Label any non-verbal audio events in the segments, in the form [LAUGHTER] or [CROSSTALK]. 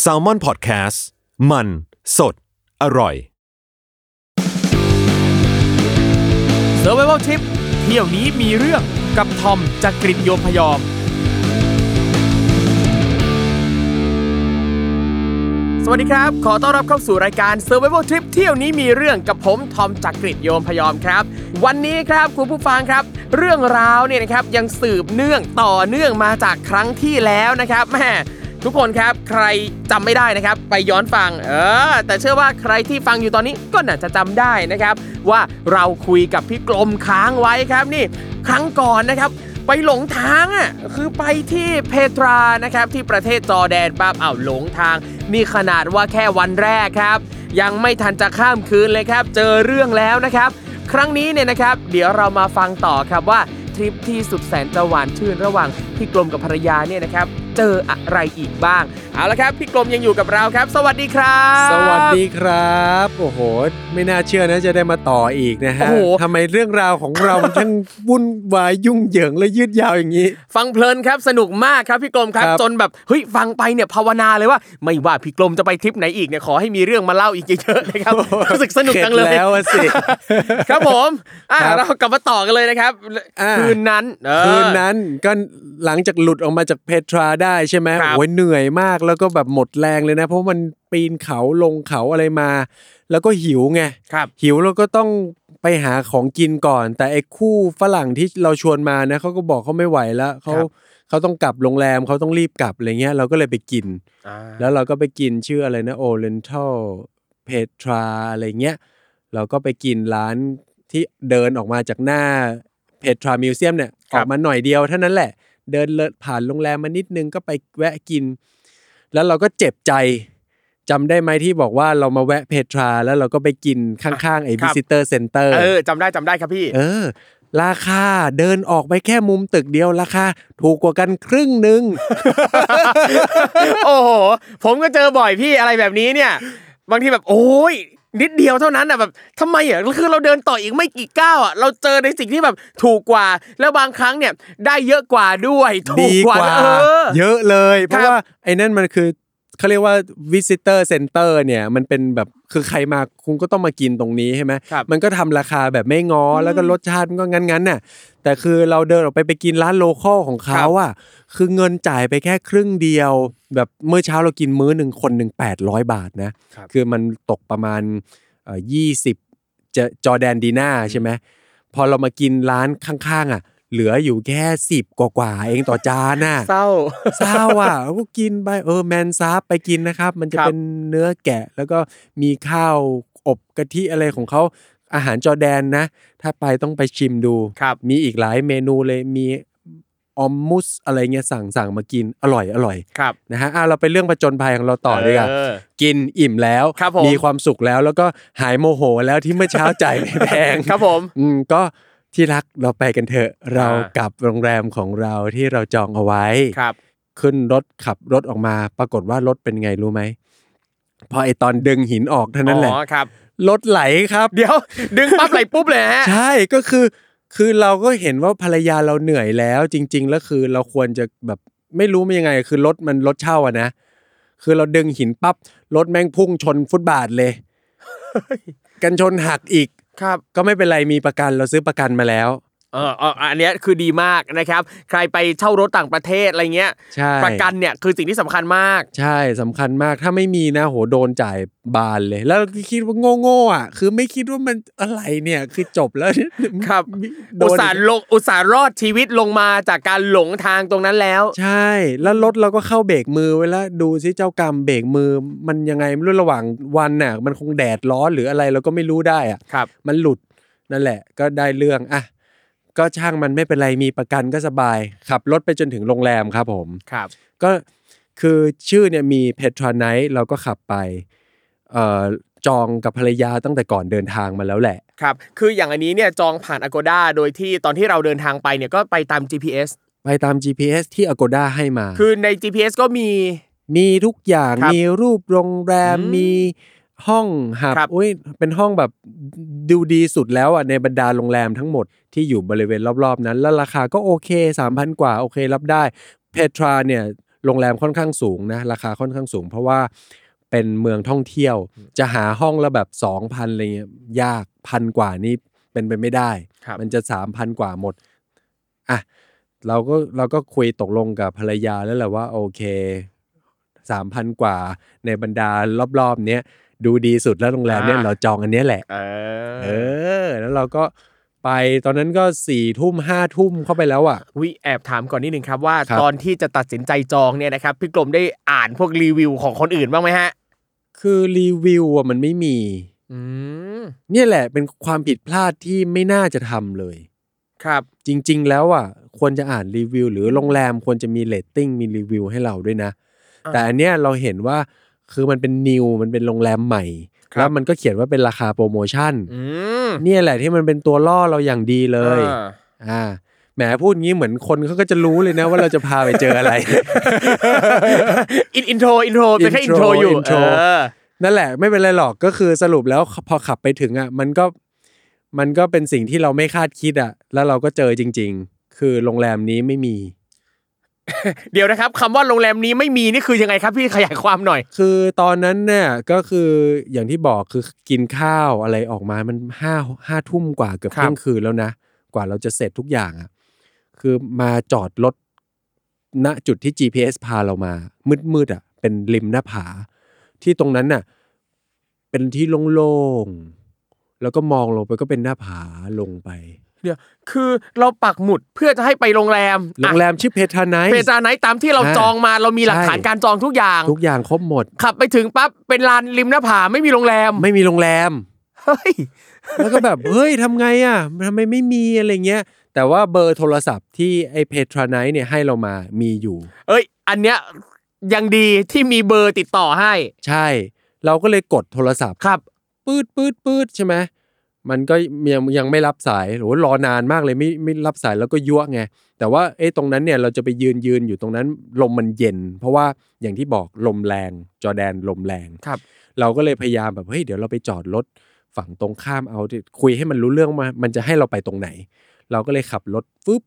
แซลมอนพอดแคสต์มันสดอร่อย s u r v i v a l Trip เที่ยวนี้มีเรื่องกับทอมจากกริฑโยมพยอม สวัสดีครับ ขอต้อนรับเข้าสู่รายการ Survival Trip เที่ยวนี้มีเรื่องกับผมทอมจากกริฑโยมพยอมครับ วันนี้ครับคุณผู้ฟังครับ เรื่องราวเนี่ยนะครับยังสืบเนื่องต่อเนื่องมาจากครั้งที่แล้วนะครับแหม่ ทุกคนครับใครจำไม่ได้นะครับ ไปย้อนฟัง เออ แต่เชื่อว่าใครที่ฟังอยู่ตอนนี้ก็น่าจะจำได้นะครับ ว่าเราคุยกับพี่กลมค้างไว้ครับนี่ ครั้งก่อนนะครับ ไปหลงทางอ่ะคือไปที่เพตรานะครับ ที่ประเทศจอร์แดนปั๊บอ้าวหลงทาง นี่ขนาดว่าแค่วันแรกครับ ยังไม่ทันจะข้ามคืนเลยครับ เจอเรื่องแล้วนะครับ ครั้งนี้เนี่ยนะครับ เดี๋ยวเรามาฟังต่อครับว่า ทริปที่สุดแสนจะหวานชื่นระหว่างพี่กลมกับภรรยาเนี่ยนะครับ เจออะไรอีกบ้าง เอาละครับ พี่กลมยังอยู่กับเราครับ สวัสดีครับ สวัสดีครับ โอ้โห ไม่น่าเชื่อนะจะได้มาต่ออีกนะฮะโอ้โห ทำไมเรื่องราวของเรา มันทั้งวุ่นวายยุ่งเหยิงและยืดยาวอย่างนี้ ฟังเพลินครับสนุกมากครับพี่กลมครับ ครับ จนแบบเฮ้ยฟังไปเนี่ยภาวนาเลยว่า ไม่ว่าพี่กลมจะไปทริปไหนอีกเนี่ยขอให้มีเรื่องมาเล่าอีกเยอะๆนะครับรู้สึกสนุกจังเลย ข็ดแล้วอะสิ ครับผมอ่ะ ครับ เรากลับมาต่อกันเลยนะครับ อ่า คืนนั้นเออ คืนนั้นก็หลังจากหลุดออกมาจากเพตราได้ใช่ไหม ครับ โอ้ยเหนื่อยมากแล้วก็แบบหมดแรงเลยนะ เพราะมันปีนเขาลงเขาอะไรมา แล้วก็หิวไง ครับ หิวเราก็ต้องไปหาของกินก่อน แต่ไอ้คู่ฝรั่งที่เราชวนมานะเขาก็บอกเขาไม่ไหวแล้วเขา ครับ เขาต้องกลับโรงแรมเขาต้องรีบกลับอะไรเงี้ยเราก็เลยไปกิน อ่า แล้วเราก็ไปกินชื่ออะไรนะโอเรนทัลเพตราอะไรเงี้ยเราก็ไปกินร้านที่เดินออกมาจากหน้าเพตรามิวเซียมเนี่ยออกมาหน่อยเดียวเท่านั้นแหละ เดินเลอะผ่านโรงแรมมานิดนึงก็ไปแวะกิน แล้วเราก็เจ็บใจจำได้ไหมที่บอกว่าเรามาแวะเพตราแล้วเราก็ไปกินข้างๆไอ้วิสิเตอร์เซ็นเตอร์ เออจำได้จำได้ครับพี่ เออ ราคาเดินออกไปแค่มุมตึกเดียวราคาถูกกว่ากันครึ่งหนึ่ง โอ้โห ผมก็เจอบ่อยพี่อะไรแบบนี้เนี่ย บางทีแบบโอ้ยนิดเดียวเท่านั้นอ่ะแบบทำไมอ่ะคือเราเดินต่ออีกไม่กี่ก้าวอ่ะเราเจอในสิ่งที่แบบถูกกว่า แล้วบางครั้งเนี่ยได้เยอะกว่าด้วยถู ดี ก ก ก ว่า ว่าเออ เยอะเลย เพ ค ราะ รับ ว่าไอ้นั่นมันคือเขาเรียกว่า visitor center เนี่ยมันเป็นแบบคือใครมาคุณก็ต้องมากินตรงนี้ใช่ไหม ครับ มันก็ทำราคาแบบไม่ง้ออแล้วก็รสชาติมันก็งั้นๆน่ะแต่คือเราเดินออกไปไปกินร้านโลคอลของ ครั เขา บ อ่ะคือเงินจ่ายไปแค่ครึ่งเดียว แบบเมื่อเช้าเรากินมื้อหนึ่งคนหนึ่งแปดร้อยบาทนะ คือมันตกประมาณยี่สิบจะจอร์แดนดีนาใช่ไหมพอเรามากินร้านข้างๆอ่ะ เหลืออยู่แค่สิบกว่าๆเองต่อจานน่ะ เศร้า เศร้าอ่ะเราก็กินไปเออแมนซาบไปกินนะครับ มันจะ ครับ เป็นเนื้อแกะ แล้วก็มีข้าวอบกะทิอะไรของเขาอาหารจอร์แดนนะ ถ้าไปต้องไปชิมดู ครับ มีอีกหลายเมนูเลยมีออมมุสอะไรเงี้ยสั่งสั่งมากินอร่อยอร่อย ครับ นะฮะอ่ะเราไปเรื่องประจนภัยของเราต่อเลยอ่ะ เออ กินอิ่มแล้ว ครับผม มีความสุขแล้วแล้วก็หายโมโหแล้วที่เมื่อเช้าจ่ายไม่แพง ครับผม อืมก็ที่รักเราไปกันเถอะ เรา อ่าก กลับโรงแรมของเราที่เราจองเอาไว้ ครับ ขึ้นรถขับรถออกมา ปรากฏว่ารถเป็นไงรู้ไหมพอไอตอนดึงหินออกเท่านั้นแหละ อ๋อครับ รถไหลครับ เดี๋ยว ดึงปั๊บไหลปุ๊บเลยฮะ ใช่ก็คือ คือเราก็เห็นว่าภรรยาเราเหนื่อยแล้ว จริง ๆ แล้วคือเราควรจะแบบไม่รู้มันยังไง คือรถมันรถเช่าอะนะ คือเราดึงหินปั๊บรถแม่งพุ่งชนฟุตบาทเลย [LAUGHS] กันชนหักอีก ครับ ก็ไม่เป็นไรมีประกันเราซื้อประกันมาแล้ว เออเอออันเนี้ยคือดีมากนะครับ ใครไปเช่ารถต่างประเทศอะไรเงี้ย ใช่ ประกันเนี่ยคือสิ่งที่สำคัญมาก ใช่สำคัญมากถ้าไม่มีนะโหโดนจ่ายบานเลย แล้วก็คิดว่าโง่ๆอ่ะ คือไม่คิดว่ามันอะไรเนี่ยคือจบแล้ว ครับ [LAUGHS] โด อุต น ส่าห์ลงอุตส่าห์รอดชีวิตลงมาจากการหลงทางตรงนั้นแล้ว ใช่ แล้วรถเราก็เข้าเบรกมือไว้แล้วดูซิเจ้ากรรมเบรกมือ มันยังไงไม่รู้ระหว่างวันน่ะ มันคงแดดร้อนหรืออะไรเราก็ไม่รู้ได้อ่ะ ครับ มันหลุดนั่นแหละ ก็ได้เรื่องอ่ะก็ช่างมันไม่เป็นไรมีประกันก็สบายขับรถไปจนถึงโรงแรมครับผม ครับ ก็ คือชื่อเนี่ยมีเพทราไนท์เราก็ขับไปเอ่อจองกับภรรยาตั้งแต่ก่อนเดินทางมาแล้วแหละ ครับ คืออย่างอันนี้เนี่ยจองผ่าน Agoda โดยที่ตอนที่เราเดินทางไปเนี่ยก็ไปตาม GPS ไปตาม GPS ที่ Agoda ให้มา คือใน GPS ก็มี มีทุกอย่าง ครับ มีรูปโรงแรม อืม มีห้องหับ ครับ อุ้ยเป็นห้องแบบดูดีสุดแล้วอ่ะในบรรดาโรงแรมทั้งหมดที่อยู่บริเวณรอบๆ นั้น แล้วราคาก็โอเค 3,000 กว่า โอเครับได้เพทราเนี่ยโรงแรมค่อนข้างสูงนะราคาค่อนข้างสูง เพราะว่าเป็นเมืองท่องเที่ยว จะหาห้องละแบบ 2,000อะไรเงี้ยยากพันกว่านี่เป็นไปไม่ได้ ครับ มันจะสามพันกว่าหมด อ่ะ เราก็เราก็คุยตกลงกับภรรยาแล้วแหละว่า โอเคสามพันกว่าในบรรดารอบๆเนี้ยดูดีสุดแล้วโรงแรมเนี่ย อ่า เราจองอันเนี้ยแหละ เอ เออ แล้วเราก็ไปตอนนั้นก็สี่ทุ่มห้าทุ่มเข้าไปแล้วอ่ะ วิแอบถามก่อนนิดนึงครับว่า ครับ ตอนที่จะตัดสินใจจองเนี่ยนะครับพี่กลมได้อ่านพวกรีวิวของคนอื่นบ้างไหมฮะ คือรีวิวอ่ะมันไม่มี อืม เนี่ยแหละเป็นความผิดพลาดที่ไม่น่าจะทำเลย ครับ จริง ๆ แล้วอ่ะควรจะอ่านรีวิว หรือโรงแรมควรจะมีเรตติ้งมีรีวิวให้เราด้วยนะ อ่า แต่อันเนี้ยเราเห็นว่าคือมันเป็นนิวมันเป็นโรงแรมใหม่ ครับ แล้วมันก็เขียนว่าเป็นราคาโปรโมชั่น อืม เนี่ยแหละที่มันเป็นตัวล่อเราอย่างดีเลย อ่า อ่าแหมพูดงี้เหมือนคนเขาก็จะรู้เลยนะ ว่าเราจะพาไปเจอ [LAUGHS] อะไร อินอินโทรอินโทรเป็นแค่อินโทร intro อยู่ intro เออ นั่นแหละไม่เป็นไรหรอกก็คือสรุปแล้วพอขับไปถึงอ่ะมันก็มันก็เป็นสิ่งที่เราไม่คาดคิดอ่ะแล้วเราก็เจอจริง ๆ คือโรงแรมนี้ไม่มี เดี๋ยวนะครับคำว่าโรงแรมนี้ไม่มีนี่คือยังไงครับพี่ขยายความหน่อย คือตอนนั้นเนี่ยก็คืออย่างที่บอกคือกินข้าวอะไรออกมามันห้าห้าทุ่มกว่าเกือบ ครับ เที่ยงคืนแล้วนะ กว่าเราจะเสร็จทุกอย่างอ่ะคือมาจอดรถณจุดที่ GPS พาเรามา มืดๆอ่ะ เป็นริมหน้าผา ที่ตรงนั้นน่ะ เป็นที่โล่งๆ แล้วก็มองลงไปก็เป็นหน้าผาลงไป เดี๋ยวคือเราปักหมุดเพื่อจะให้ไปโรงแรม โรงแรมชื่อเพทราไนท์ เพจาไนท์ตามที่เรา ใช่ จองมาเรามีหลัก ใช่ ฐานการจองทุกอย่าง ทุกอย่างครบหมด ขับไปถึงปั๊บเป็นลานริมหน้าผาไม่มีโรงแรม ไม่มีโรงแรม เฮ้ย แล้วก็แบบ เฮ้ยทำไงอ่ะทำไมไม่มีอะไรเงี้ย แต่ว่าเบอร์โทรศัพท์ที่ไอ้เพทราไนท์เนี่ยให้เรามามีอยู่ เอ้ย อันเนี้ยยังดีที่มีเบอร์ติดต่อให้ ใช่ เราก็เลยกดโทรศัพท์ ครับ ปืดปืดปืดใช่ไหมมันก็ยังยังไม่รับสายหรือว่ารอนานมากเลยไม่ไม่รับสายแล้วก็ยั่วไง แต่ว่าไอ้ตรงนั้นเนี่ยเราจะไปยืนยืนอยู่ตรงนั้น ลมมันเย็น เพราะว่าอย่างที่บอกลมแรง จอร์แดนลมแรง ครับ เราก็เลยพยายามแบบเฮ้ยเดี๋ยวเราไปจอดรถฝั่งตรงข้ามเอาดิคุยให้มันรู้เรื่องมามันจะให้เราไปตรงไหน เราก็เลยขับรถฟึบ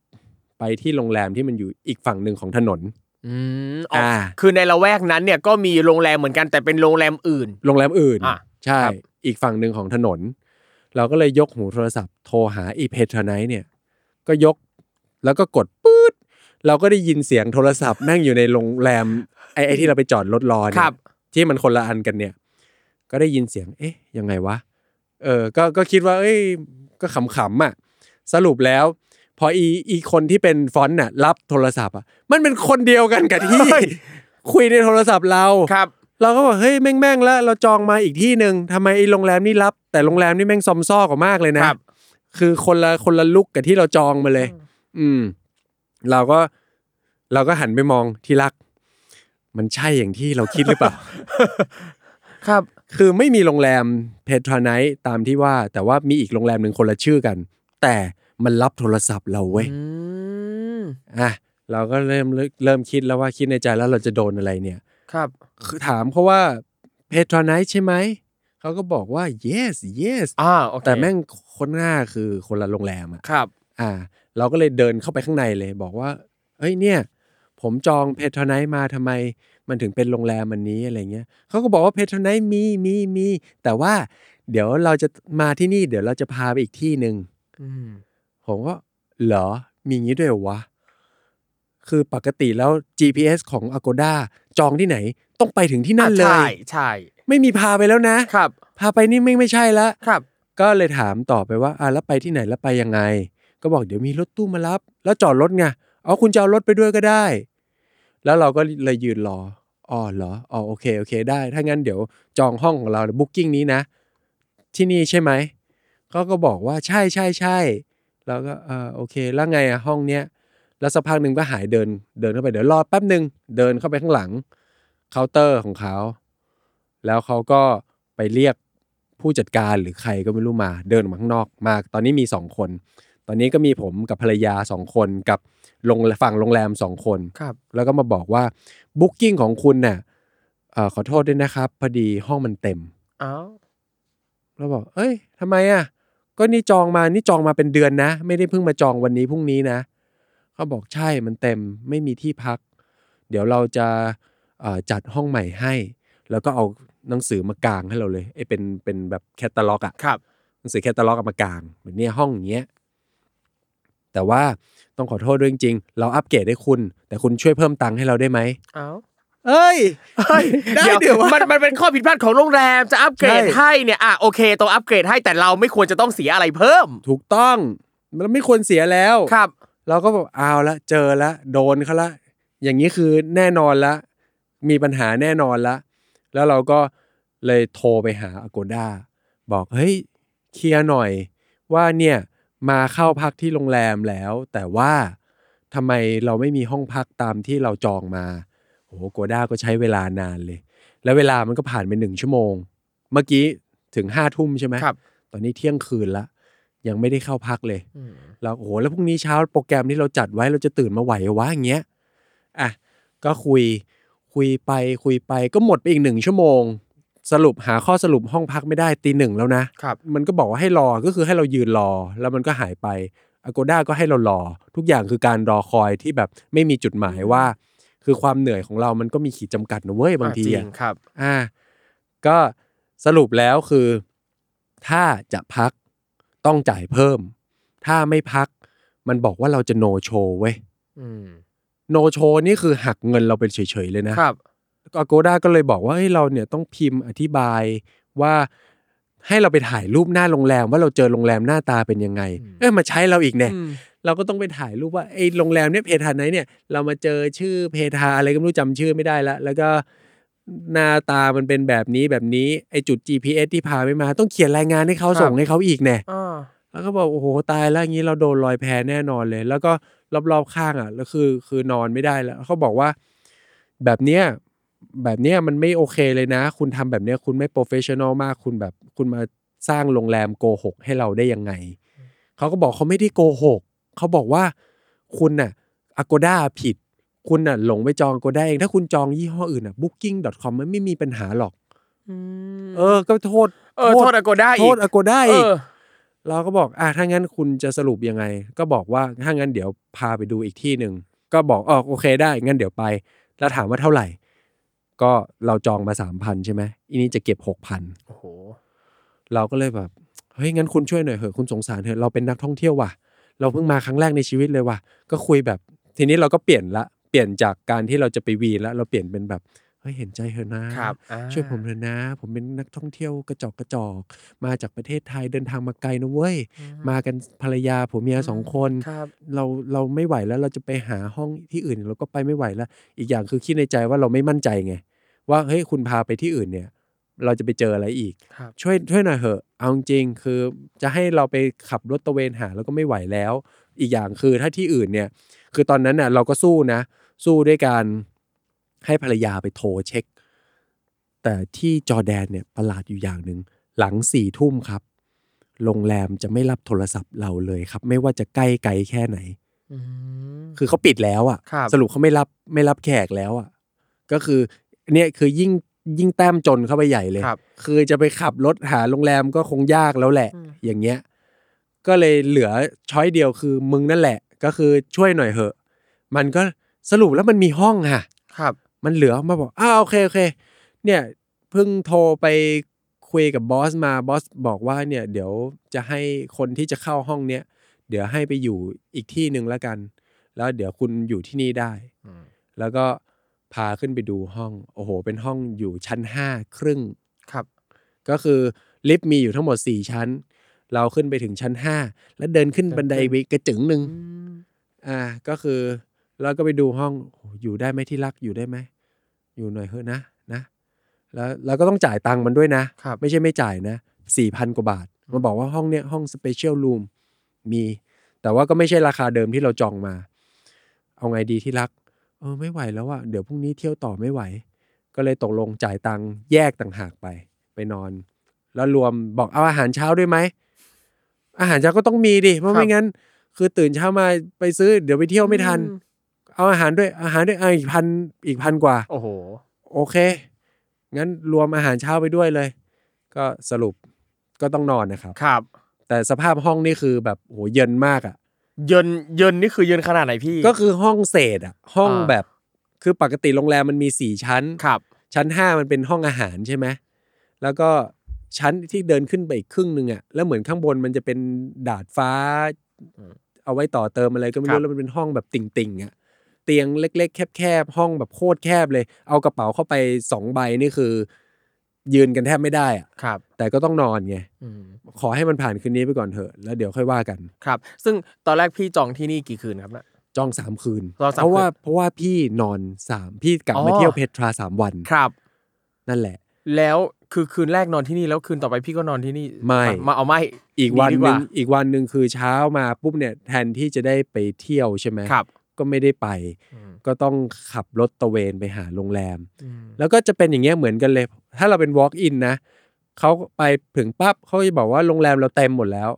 ไปที่โรงแรมที่มันอยู่อีกฝั่งหนึ่งของถนน อืมอ๋ออา คือในละแวกนั้นเนี่ยก็มีโรงแรมเหมือนกันแต่เป็นโรงแรมอื่น โรงแรมอื่น อ่ะ ใช่ ครับ อีกฝั่งหนึ่งของถนน เราก็เลยยกหูโทรศัพท์โทรหาอีเพทรไนท์เนี่ย ก็ยกแล้วก็กดปื๊ดเราก็ได้ยินเสียงโทรศัพท์แม่งอยู่ในโรงแรมไอ้ไอ้ที่เราไปจอดรถรอ ค เนี่ รั ย บ ที่มันคนละอันกันเนี่ย ก็ได้ยินเสียง เอ๊ะ ยังไงวะ เออ ก็ ก็คิดว่า เอ้ย ก็ขำๆอ่ะ สรุปแล้ว พออีอีคนที่เป็นฟอนต์น่ะ รับโทรศัพท์อ่ะ มันเป็นคนเดียวกันกับที่ เฮ้ย คุยในโทรศัพท์เรา ครับ เราก็บอก เฮ้ย แม่งแม่งแล้ว เราจองมาอีกที่หนึ่งทำไมไอ้โรงแรมนี่รับ แต่โรงแรมนี่แม่งซอมซ่อกว่ามากเลยนะ ครับ คือคนละคนละลุกกับที่เราจองมาเลย อืม เราก็เราก็หันไปมองที่รัก มันใช่อย่างที่เราคิดหรือ [LAUGHS] เปล่า ครับ คือไม่มีโรงแรมเพทราไนท์ตามที่ว่า แต่ว่ามีอีกโรงแรมหนึ่งคนละชื่อกัน แต่มันรับโทรศัพท์เราเว้ย อืม อ่ะเราก็เริ่มเริ่มคิดแล้วว่าคิดในใจแล้วเราจะโดนอะไรเนี่ย ครับ คือถามเขาว่าเพทราไนท์ใช่ไหม เขาก็บอกว่า yes yes อ่าโอเค แต่แม่งคนหน้าคือคนละโรงแรมอ่ะ ครับ อ่า เราก็เลยเดินเข้าไปข้างในเลยบอกว่าเฮ้ยเนี่ย ผมจองเพทราไนท์มาทำไม มันถึงเป็นโรงแรมมันนี้อะไรเงี้ยเขาก็บอกว่าเพทรไนท์มีมีมีแต่ว่าเดี๋ยวเราจะมาที่นี่เดี๋ยวเราจะพาไปอีกที่หนึ่ง อืม ผมก็เหรอ มีงี้ด้วยเหรอวะ คือปกติแล้ว GPS ของ Agoda จองที่ไหน ต้องไปถึงที่นั่นเล อ่ะใช่ ย ใช่ ไม่มีพาไปแล้วนะ ครับ พาไปนี่ไม่ไม่ใช่ละ ครับ ก็เลยถามต่อไปว่าอ่ะแล้วไปที่ไหนแล้วไปยังไง ก็บอกเดี๋ยวมีรถตู้มารับ แล้วจอดรถไงเอาคุณจะเอารถไปด้วยก็ได้ แล้วเราก็เลยยืนรออ๋อเหรออ๋อโอเคโอเคได้ ถ้างั้นเดี๋ยวจองห้องของเราบุ๊กิ้งนี้นะ ที่นี่ใช่ไหมเขาก็บอกว่าใช่ใช่ใช่แล้วก็เออโอเค แล้วไงอะห้องเนี้ยแล้วสักพักหนึ่งก็หายเดินเดินเข้าไปเดี๋ยวรอแป๊บหนึ่งเดินเข้าไปข้างหลัง เคาน์เตอร์ของเขา แล้วเขาก็ไปเรียกผู้จัดการหรือใครก็ไม่รู้มา เดินออกมาข้างนอกมา ตอนนี้มีสองคน ตอนนี้ก็มีผมกับภรรยาสองคนกับโรงฝั่งโรงแรมสองคน ครับ แล้วก็มาบอกว่าบุ๊กิ้งของคุณเนี่ยเอ่อขอโทษด้วยนะครับ พอดีห้องมันเต็ม อ้าว แล้วบอก เอ้ยทำไมอ่ะ ก็นี่จองมา นี่จองมาเป็นเดือนนะ ไม่ได้เพิ่งมาจองวันนี้พรุ่งนี้นะ เขาบอกใช่ มันเต็ม ไม่มีที่พัก เดี๋ยวเราจะเอ่อจัดห้องใหม่ให้ แล้วก็เอาหนังสือมากางให้เราเลยไอ้เป็นเป็นแบบแคตตาล็อกอ่ะ ครับ หนังสือแคตตาล็อกเอามากางเหมือนเนี่ยห้องอย่างเงี้ย แต่ว่าต้องขอโทษด้วยจริงๆ เราอัปเกรดให้คุณ แต่คุณช่วยเพิ่มตังค์ให้เราได้ไหม อ้าว เอ้ย ได้เดี๋ยว มันมันเป็นข้อผิดพลาดของโรงแรมจะอัปเกรด ใช่ ให้เนี่ยอ่ะโอเคต้องอัปเกรดให้แต่เราไม่ควรจะต้องเสียอะไรเพิ่ม ถูกต้อง มันไม่ควรเสียแล้ว ครับ เราก็แบบเอาละเจอละโดนเขาละ อย่างนี้คือแน่นอนละ มีปัญหาแน่นอนละ แล้วเราก็เลยโทรไปหาอโกด้าบอกเฮ้ยเคลียร์หน่อย ว่าเนี่ยมาเข้าพักที่โรงแรมแล้ว แต่ว่าทำไมเราไม่มีห้องพักตามที่เราจองมาโอ้โหโกด้าก็ใช้เวลานานเลย แล้วเวลามันก็ผ่านไปหนึ่งชั่วโมง เมื่อกี้ถึงห้าทุ่มใช่ไหม ครับ ตอนนี้เที่ยงคืนละยังไม่ได้เข้าพักเลย เราโอ้โหแล้วพรุ่งนี้เช้าโปรแกรมที่เราจัดไว้เราจะตื่นมาไหววะอย่างเงี้ยอ่ะก็คุยคุยไปคุยไปก็หมดไปอีกหนึ่งชั่วโมง สรุปหาข้อสรุปห้องพักไม่ได้ตีหนึ่งแล้วนะ ครับ มันก็บอกว่าให้รอก็คือให้เรายืนรอแล้วมันก็หายไปอ g โกด้าก็ให้เรารอ ทุกอย่างคือการรอคอยที่แบบไม่มีจุดหมายว่า คือความเหนื่อยของเรามันก็มีขีดจำกัดนะเว้ยบางที อ่ะจริ อะ งครับ อ่าก็สรุปแล้วคือ ถ้าจะพักต้องจ่ายเพิ่ม ถ้าไม่พัก มันบอกว่าเราจะโนโชเว้ย อืม โนโชนี่คือหักเงินเราไปเฉยๆเลยนะครับ อโกด้าก็เลยบอกว่าเฮ้ยเราเนี่ยต้องพิมพ์อธิบายว่าให้เราไปถ่ายรูปหน้าโรงแรมว่าเราเจอโรงแรมหน้าตาเป็นยังไง อืม เอ้ยมาใช้เราอีกแน่ อืม เราก็ต้องไปถ่ายรูปว่าไอ้โรงแรมเนี่ยเพทาไหนเนี่ยเรามาเจอชื่อเพทาอะไรก็ไม่รู้จำชื่อไม่ได้ละแล้วก็หน้าตามันเป็นแบบนี้แบบนี้ไอ้จุด GPS ที่พาไม่มา ต้องเขียนรายงานให้เขา ครับ ส่งให้เขาอีกแน่ อ่า แล้วก็บอกโอ้โหตายแล้วอย่างนี้เราโดนลอยแพแน่นอนเลย แล้วก็รอบๆข้างอ่ะแล้วคือคือนอนไม่ได้แล้วเขาบอกว่าแบบเนี้ยแบบเนี้ยมันไม่โอเคเลยนะ คุณทำแบบเนี้ยคุณไม่โปรเฟชชั่นอลมากคุณแบบคุณมาสร้างโรงแรมโกหกให้เราได้ยังไง เขาก็บอกเขาไม่ได้โกหก เขาบอกว่าคุณน่ะอ g โกด้าผิด คุณน่ะหลงไปจอง a g โกด้าเอง ถ้าคุณจองยี่ห้ออื่นน่ะ booking.com มันไม่มีปัญหาหรอก เออ ก็โทษ เออโทษอโกด้า โท อีก ษอโกด้าอีก เออ เราก็บอก อ่ะถ้างั้นคุณจะสรุปยังไง ก็บอกว่า ถ้างั้นเดี๋ยวพาไปดูอีกที่หนึ่ง ก็บอกอ๋อโอเคได้ งั้นเดี๋ยวไป แล้วถามว่าเท่าไหร่ ก็เราจองมาสามพันใช่ไหมอีนี้จะเก็บหกพัน โอ้โห เราก็เลยแบบเฮ้ยงั้นคุณช่วยหน่อยเหอะคุณสงสารเถอะเราเป็นนักท่องเที่ยวว่ะ เราเพิ่งมาครั้งแรกในชีวิตเลยว่ะก็คุยแบบ ทีนี้เราก็เปลี่ยนละเปลี่ยนจากการที่เราจะไปวีนละเราเปลี่ยนเป็นแบบเฮ้ยเห็นใจเธอะนะครับ อ่า ช่วยผมเถอะนะ ผมเป็นนักท่องเที่ยวกระจอกกระจอก มาจากประเทศไทยเดินทางมาไกลนะเว้ยมากันภรรยาผมเมียสองคน ครับ เราเราไม่ไหวแล้วเราจะไปหาห้องที่อื่นเราก็ไปไม่ไหวแล้ว อีกอย่างคือคิดในใจว่าเราไม่มั่นใจไง ว่าเฮ้ยคุณพาไปที่อื่นเนี่ย เราจะไปเจออะไรอีก ครับ ช่วยช่วยหน่อยเหอะ เอาจริงๆคือจะให้เราไปขับรถตระเวนหาแล้วก็ไม่ไหวแล้ว อีกอย่างคือถ้าที่อื่นเนี่ย คือตอนนั้นน่ะเราก็สู้นะ สู้ด้วยการให้ภรรยาไปโทรเช็ค แต่ที่จอร์แดนเนี่ยประหลาดอยู่อย่างหนึ่งหลังสี่ทุ่มครับ โรงแรมจะไม่รับโทรศัพท์เราเลยครับ ไม่ว่าจะใกล้ไกลแค่ไหน อืม คือเขาปิดแล้วอะ ครับ ่ะ สรุปเขาไม่รับไม่รับแขกแล้วอะ่ะ ก็คือเนี่ยคือยิ่งยิ่งแต้มจนเข้าไปใหญ่เลย ครับ คือจะไปขับรถหาโรงแรมก็คงยากแล้วแหละ อืม อย่างเงี้ย ก็เลยเหลือช้อยเดียวคือมึงนั่นแหละ ก็คือช่วยหน่อยเหอะ มันก็สรุปแล้วมันมีห้องค่ะ ครับ มันเหลือมาบอก อ้าวโอเคโอเค เนี่ยเพิ่งโทรไปคุยกับบอสมา บอสบอกว่าเนี่ยเดี๋ยวจะให้คนที่จะเข้าห้องเนี้ยเดี๋ยวให้ไปอยู่อีกที่หนึ่งแล้วกัน แล้วเดี๋ยวคุณอยู่ที่นี่ได้ อืม แล้วก็พาขึ้นไปดูห้อง โอ้โห เป็นห้องอยู่ชั้นห้าครึ่ง ครับ ก็คือลิฟต์มีอยู่ทั้งหมด 4 ชั้น เราขึ้นไปถึงชั้น 5 แล้วเดินขึ้นบันไดไปกระจึงหนึ่ง อ่าก็คือเราก็ไปดูห้องโอ้อยู่ได้ไหมที่รักอยู่ได้ไหมอยู่หน่อยเถอะนะนะ แล้วเราก็ต้องจ่ายตังค์มันด้วยนะ ครับ ไม่ใช่ไม่จ่ายนะสี่พันกว่าบาท มันบอกว่าห้องเนี้ยห้องสเปเชียลรูมมี แต่ว่าก็ไม่ใช่ราคาเดิมที่เราจองมา เอาไงดีที่รัก เออไม่ไหวแล้วอะเดี๋ยวพรุ่งนี้เที่ยวต่อไม่ไหว ก็เลยตกลงจ่ายตังค์แยกต่างหากไป ไปนอน แล้วรวมบอกเอาอาหารเช้าด้วยไหม อาหารเช้าก็ต้องมีดิเพ ค ราะ รับ ไม่งั้น คือตื่นเช้ามาไปซื้อ เดี๋ยวไปเที่ยวไม่ทัน เอาอาหารด้วยอาหารด้วยเอาอีกพันอีกพันกว่า โอ้โห โอเค งั้นรวมอาหารเช้าไปด้วยเลย ก็สรุปก็ต้องนอนนะครับ ครับ แต่สภาพห้องนี่คือแบบโหเย็นมากอ่ะ เยินเยินนี่คือเยินขนาดไหนพี่ ก็คือห้องเศษอ่ะ ห้อง อ่า แบบ คือปกติโรงแรมมันมีสี่ชั้น ครับ ชั้นห้ามันเป็นห้องอาหารใช่ไหม แล้วก็ชั้นที่เดินขึ้นไปอีกครึ่งหนึ่งอ่ะ แล้วเหมือนข้างบนมันจะเป็นดาดฟ้า อืม เอาไว้ต่อเติมอะไรก็ไม่ ครั รู้ บ แล้วมันเป็นห้องแบบติ่งๆอ่ะ เตียงเล็ก ๆ แคบๆ ห้องแบบโคตรแคบเลย เอากระเป๋าเข้าไปสองใบนี่คือ ยืนกันแทบไม่ได้อ่ะ ครับ แต่ก็ต้องนอนไง อืม ขอให้มันผ่านคืนนี้ไปก่อนเถอะ แล้วเดี๋ยวค่อยว่ากัน ครับ ซึ่งตอนแรกพี่จองที่นี่กี่คืนครับนะ จองสามคืน จองสาม เพราะว่า คืน เพราะว่าพี่นอนสามพี่กลับมา อ๋อ เที่ยวเพชรทราสามวัน ครับ นั่นแหละ แล้วคือคืนแรกนอนที่นี่แล้วคืนต่อไปพี่ก็นอนที่นี่ ไม่ มาเอาไม่ อีกวัน ดี ห ก นึ่ ว่าง อีกวันหนึ่งคือเช้ามาปุ๊บเนี่ยแทนที่จะได้ไปเที่ยวใช่ไหม ครับ ก็ไม่ได้ไป อืม ก็ต้องขับรถตระเวนไปหาโรงแรม อืม แล้วก็จะเป็นอย่างเงี้ยเหมือนกันเลย ถ้าเราเป็น walk in นะเขาไปถึงปั๊บเขาจะบอกว่าโรงแรมเราเต็มหมดแล้ว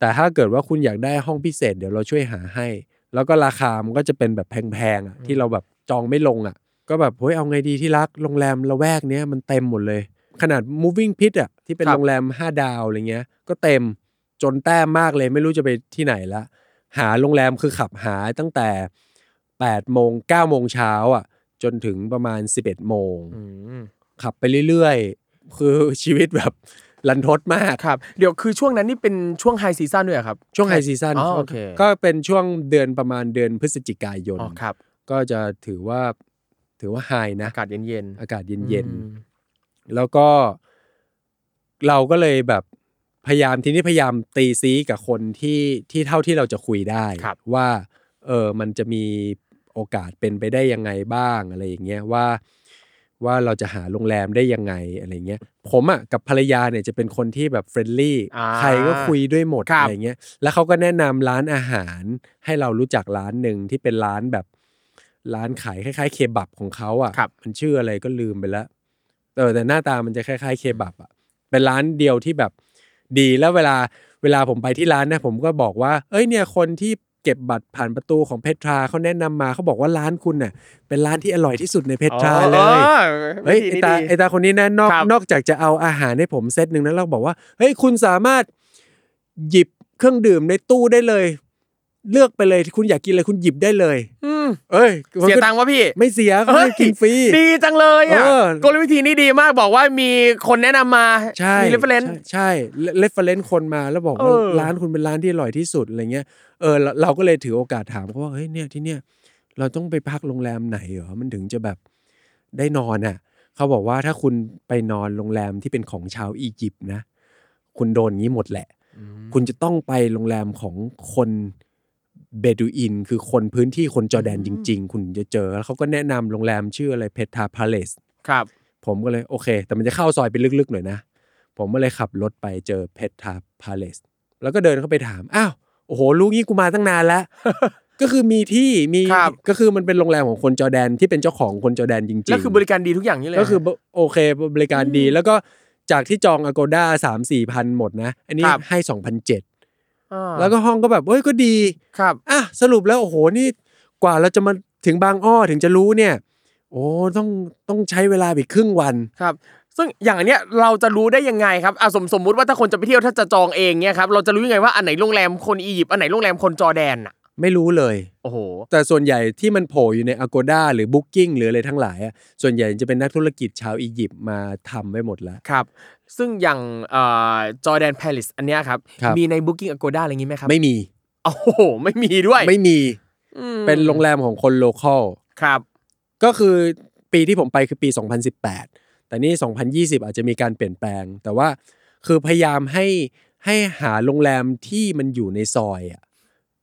แต่ถ้าเกิดว่าคุณอยากได้ห้องพิเศษเดี๋ยวเราช่วยหาให้ แล้วก็ราคามันก็จะเป็นแบบแพงๆอ่ะที่เราแบบจองไม่ลงอ่ะ ก็แบบเฮ้ยเอาไงดีที่รักโรงแรมละแวกเนี้ยมันเต็มหมดเลย ขนาด moving pit อ่ะที่เป็นโรงแรม 5 ดาวอะไรเงี้ย ก็เต็มจนแต้มมากเลยไม่รู้จะไปที่ไหนละ หาโรงแรมคือขับหาตั้งแต่8โมง9โมงเช้าอ่ะจนถึงประมาณ 11โมง อืม ขับไปเรื่อยๆ คือ [LAUGHS] ชีวิตแบบลันทดมาก ครับ เดี๋ยวคือช่วงนั้นนี่เป็นช่วงไฮซีซั่นด้วยเหรอครับ ช่วงไฮซีซัน อ๋อโอเค ก็เป็นช่วงเดือนประมาณเดือนพฤศจิกายน อ๋อครับ ก็จะถือว่าถือว่าไฮนะ อากาศเย็นเย็นๆ อากาศเย็น อืม ๆ แล้วก็เราก็เลยแบบพยายามทีนี้พยายามตีซีกับคนที่ที่เท่าที่เราจะคุยได้ ว่าเออมันจะมีโอกาสเป็นไปได้ยังไงบ้างอะไรอย่างเงี้ยว่า ว่าเราจะหาโรงแรมได้ยังไงอะไรเงี้ยผมอ่ะกับภรรยาเนี่ยจะเป็นคนที่แบบเฟรนลี่ อ่า ใครก็คุยด้วยหมด ครับ อะไรเงี้ยแล้วเขาก็แนะนำร้านอาหารให้เรารู้จักร้านหนึ่งที่เป็นร้านแบบร้านขายคล้ายๆเคบับของเขาอ่ะ ครับ มันชื่ออะไรก็ลืมไปแล้วเออแต่หน้าตามันจะคล้ายๆเคบับอ่ะ เป็นร้านเดียวที่แบบดีแล้วเวลาเวลาผมไปที่ร้านนะผมก็บอกว่า เอ้ยเนี่ยคนที่เก็บบัตรผ่านประตูของเพชรทราเขาแนะนำมาเขาบอกว่าร้านคุณน่ะ เป็นร้านที่อร่อยที่สุดในเพชรทราเลย อ๋อ เฮ้ยไอ วิธีนี้ ตา ดี ไอตาคนนี้นะนอก ครับ นอกจากจะเอาอาหารให้ผมเซตหนึ่งนะเราบอกว่าเฮ้ยคุณสามารถหยิบเครื่องดื่มในตู้ได้เลย เลือกไปเลยที่คุณอยากกินอะไรคุณหยิบได้เลย ืม เอ้ย เสียตังค์วะพี่ ไม่เสียเขา เฮ้ย ให้กินฟรี ดีจังเลยอ่ะ เออ กลยุทธ์วิธีนี้ดีมากบอกว่ามีคนแนะนำมา ใช่ มีเรฟเฟรน ใช่เรฟเฟรนซ์คนมาแล้วบอกว่า เออ ร้านคุณเป็นร้านที่อร่อยที่สุดอะไรเงี้ยเออเราเราก็เลยถือโอกาสถามเขาว่าเฮ้ยเนี่ยที่เนี่ยเราต้องไปพักโรงแรมไหนเหรอมันถึงจะแบบได้นอนอ่ะเขาบอกว่าถ้าคุณไปนอนโรงแรมที่เป็นของชาวอียิปต์นะ คุณโดนงี้หมดแหละ คุณจะต้องไปโรงแรมของคนเบดูอิน คือคนพื้นที่คนจอร์แดนจริง ๆ คุณจะเจอแล้วเขาก็แนะนำโรงแรมชื่ออะไรเพทาพาเลส ครับ ผมก็เลยโอเค แต่มันจะเข้าซอยไปลึกๆหน่อยนะ ผมก็เลยขับรถไปเจอเพชรทาพาเลสแล้วก็เดินเข้าไปถาม อ้าว โอ้โห รู้งี้กูมาตั้งนานแล้ว [LAUGHS] ก็คือมีที่มี ครับ ก็คือมันเป็นโรงแรมของคนจอร์แดนที่เป็นเจ้าของคนจอร์แดนจริงๆ แล้วคือบริการดีทุกอย่างนี่เลย ก็คือโอเคบริการดีแล้วก็จากที่จอง Agoda สามสี่พันหมดนะ อันนี้ ครับ ให้สองพันเจ็ด อ่า แล้วก็ห้องก็แบบเฮ้ยก็ดี ครับ อ่ะสรุปแล้วโอ้โหนี่กว่าเราจะมาถึงบางอ้อถึงจะรู้เนี่ย โอ้ต้องต้องใช้เวลาอีกครึ่งวัน ครับ ซึ่งอย่างอันเนี้ยเราจะรู้ได้ยังไงครับอ่ะสมสมมุติว่าถ้าคนจะไปเที่ยวถ้าจะจองเองเนี่ยครับเราจะรู้ยังไงว่าอันไหนโรงแรมคนอียิปต์อันไหนโรงแรมคนจอร์แดนอ่ะ ไม่รู้เลย โอ้โห แต่ส่วนใหญ่ที่มันโผล่อยู่ใน Agoda หรือ Booking หรืออะไรทั้งหลายอะส่วนใหญ่จะเป็นนักธุรกิจชาวอียิปต์มาทำไว้หมดแล้ว ครับ ซึ่งอย่างจอร์แดนพาลิสอันเนี้ยครับ ครับ มีใน Booking Agoda อะไรงี้ไหมครับ ไม่มี โอ้โห ไม่มีด้วย ไม่มี อืม เป็นโรงแรมของคนโลคอล ครับ ก็คือปีที่ผมไปคือปี 2018 แต่นี่ 2020 อาจจะมีการเปลี่ยนแปลง แต่ว่าคือพยายามให้ให้หาโรงแรมที่มันอยู่ในซอยอะ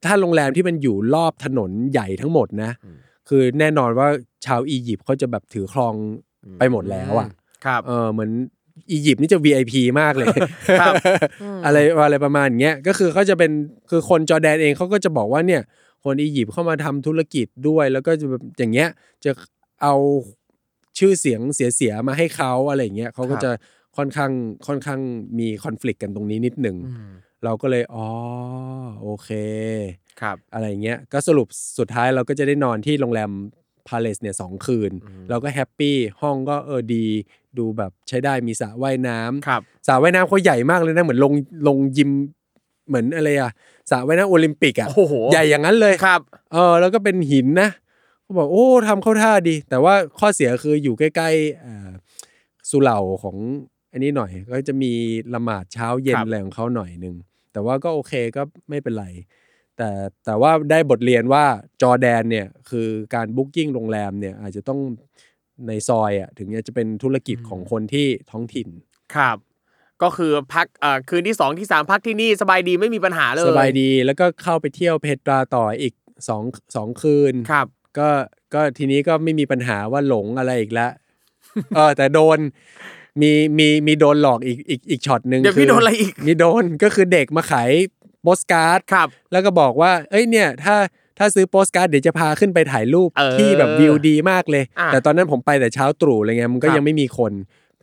ถ้าโรงแรมที่มันอยู่รอบถนนใหญ่ทั้งหมดนะ อืม คือแน่นอนว่าชาวอียิปต์เขาจะแบบถือครองไปหมดแล้วอะ ครับ เออเหมือนอียิปต์นี่จะ VIP มากเลย ครับ [LAUGHS] อะไรอะไรประมาณอย่างเงี้ยก็คือเขาจะเป็นคือคนจอร์แดนเองเขาก็จะบอกว่าเนี่ย คนอียิปต์เข้ามาทำธุรกิจด้วย แล้วก็จะแบบอย่างเงี้ยจะเอา ชื่อเสียงเสียๆมาให้เขาอะไรอย่างเงี้ยเขาก็ ครับ จะค่อนข้างค่อนข้างมีคอน FLICT กันตรงนี้นิดหนึ่ง อืม เราก็เลยอ๋อโอเค ครับ อะไรเงี้ยก็สรุปสุดท้ายเราก็จะได้นอนที่โรงแรมพาเลสเนี่ยสองคืน อืม เราก็แฮปปี้ห้องก็เออดี ดูแบบใช้ได้มีสระว่ายน้ำ ครับ สระว่ายน้ำเขาใหญ่มากเลยนะ เหมือนลงลงยิมเหมือนอะไรอะสระว่ายน้ำโอลิมปิกอะ โอ้โห ใหญ่อย่างนั้นเลย ครับ เออแล้วก็เป็นหินนะเขาบอกโอ้ทำเข้าท่าดี แต่ว่าข้อเสียคืออยู่ใกล้ๆอ่าสุเหร่าของอันนี้หน่อย ก็จะมีละหมาดเช้าเย็น ครับ อะไรของเขาหน่อยหนึงแต่ว่าก็โอเคก็ไม่เป็นไร แต่แต่ว่าได้บทเรียนว่าจอร์แดนเนี่ยคือการบุ๊กิ้งโรงแรมเนี่ยอาจจะต้องในซอยอ่ะถึงจะเป็นธุรกิจของคนที่ท้องถิ่น ครับ ก็คือพักเอ่อคืนที่สองที่สามพักที่นี่สบายดีไม่มีปัญหาเลย สบายดีแล้วก็เข้าไปเที่ยวเพตราต่ออีกสองสองคืน ครับ ก็ก็ทีนี้ก็ไม่มีปัญหาว่าหลงอะไรอีก [LAUGHS] แล้ว เออแต่โดนมีมีมีโดนหลอกอีกอีกอีกช็อตหนึ่ง เดี๋ยว คื พี่โดนอะไรอีก มีโดนก็คือเด็กมาขายโปสการ์ด ครับ แล้วก็บอกว่า เอ้ยเนี่ย ถ้าถ้าซื้อโปสการ์ดเดี๋ยวจะพาขึ้นไปถ่ายรูป เออ ที่แบบวิวดีมากเลย อ่ะ แต่ตอนนั้นผมไปแต่เช้าตรู่อะไรเงี้ยมันก็ ครับ ยังไม่มีคน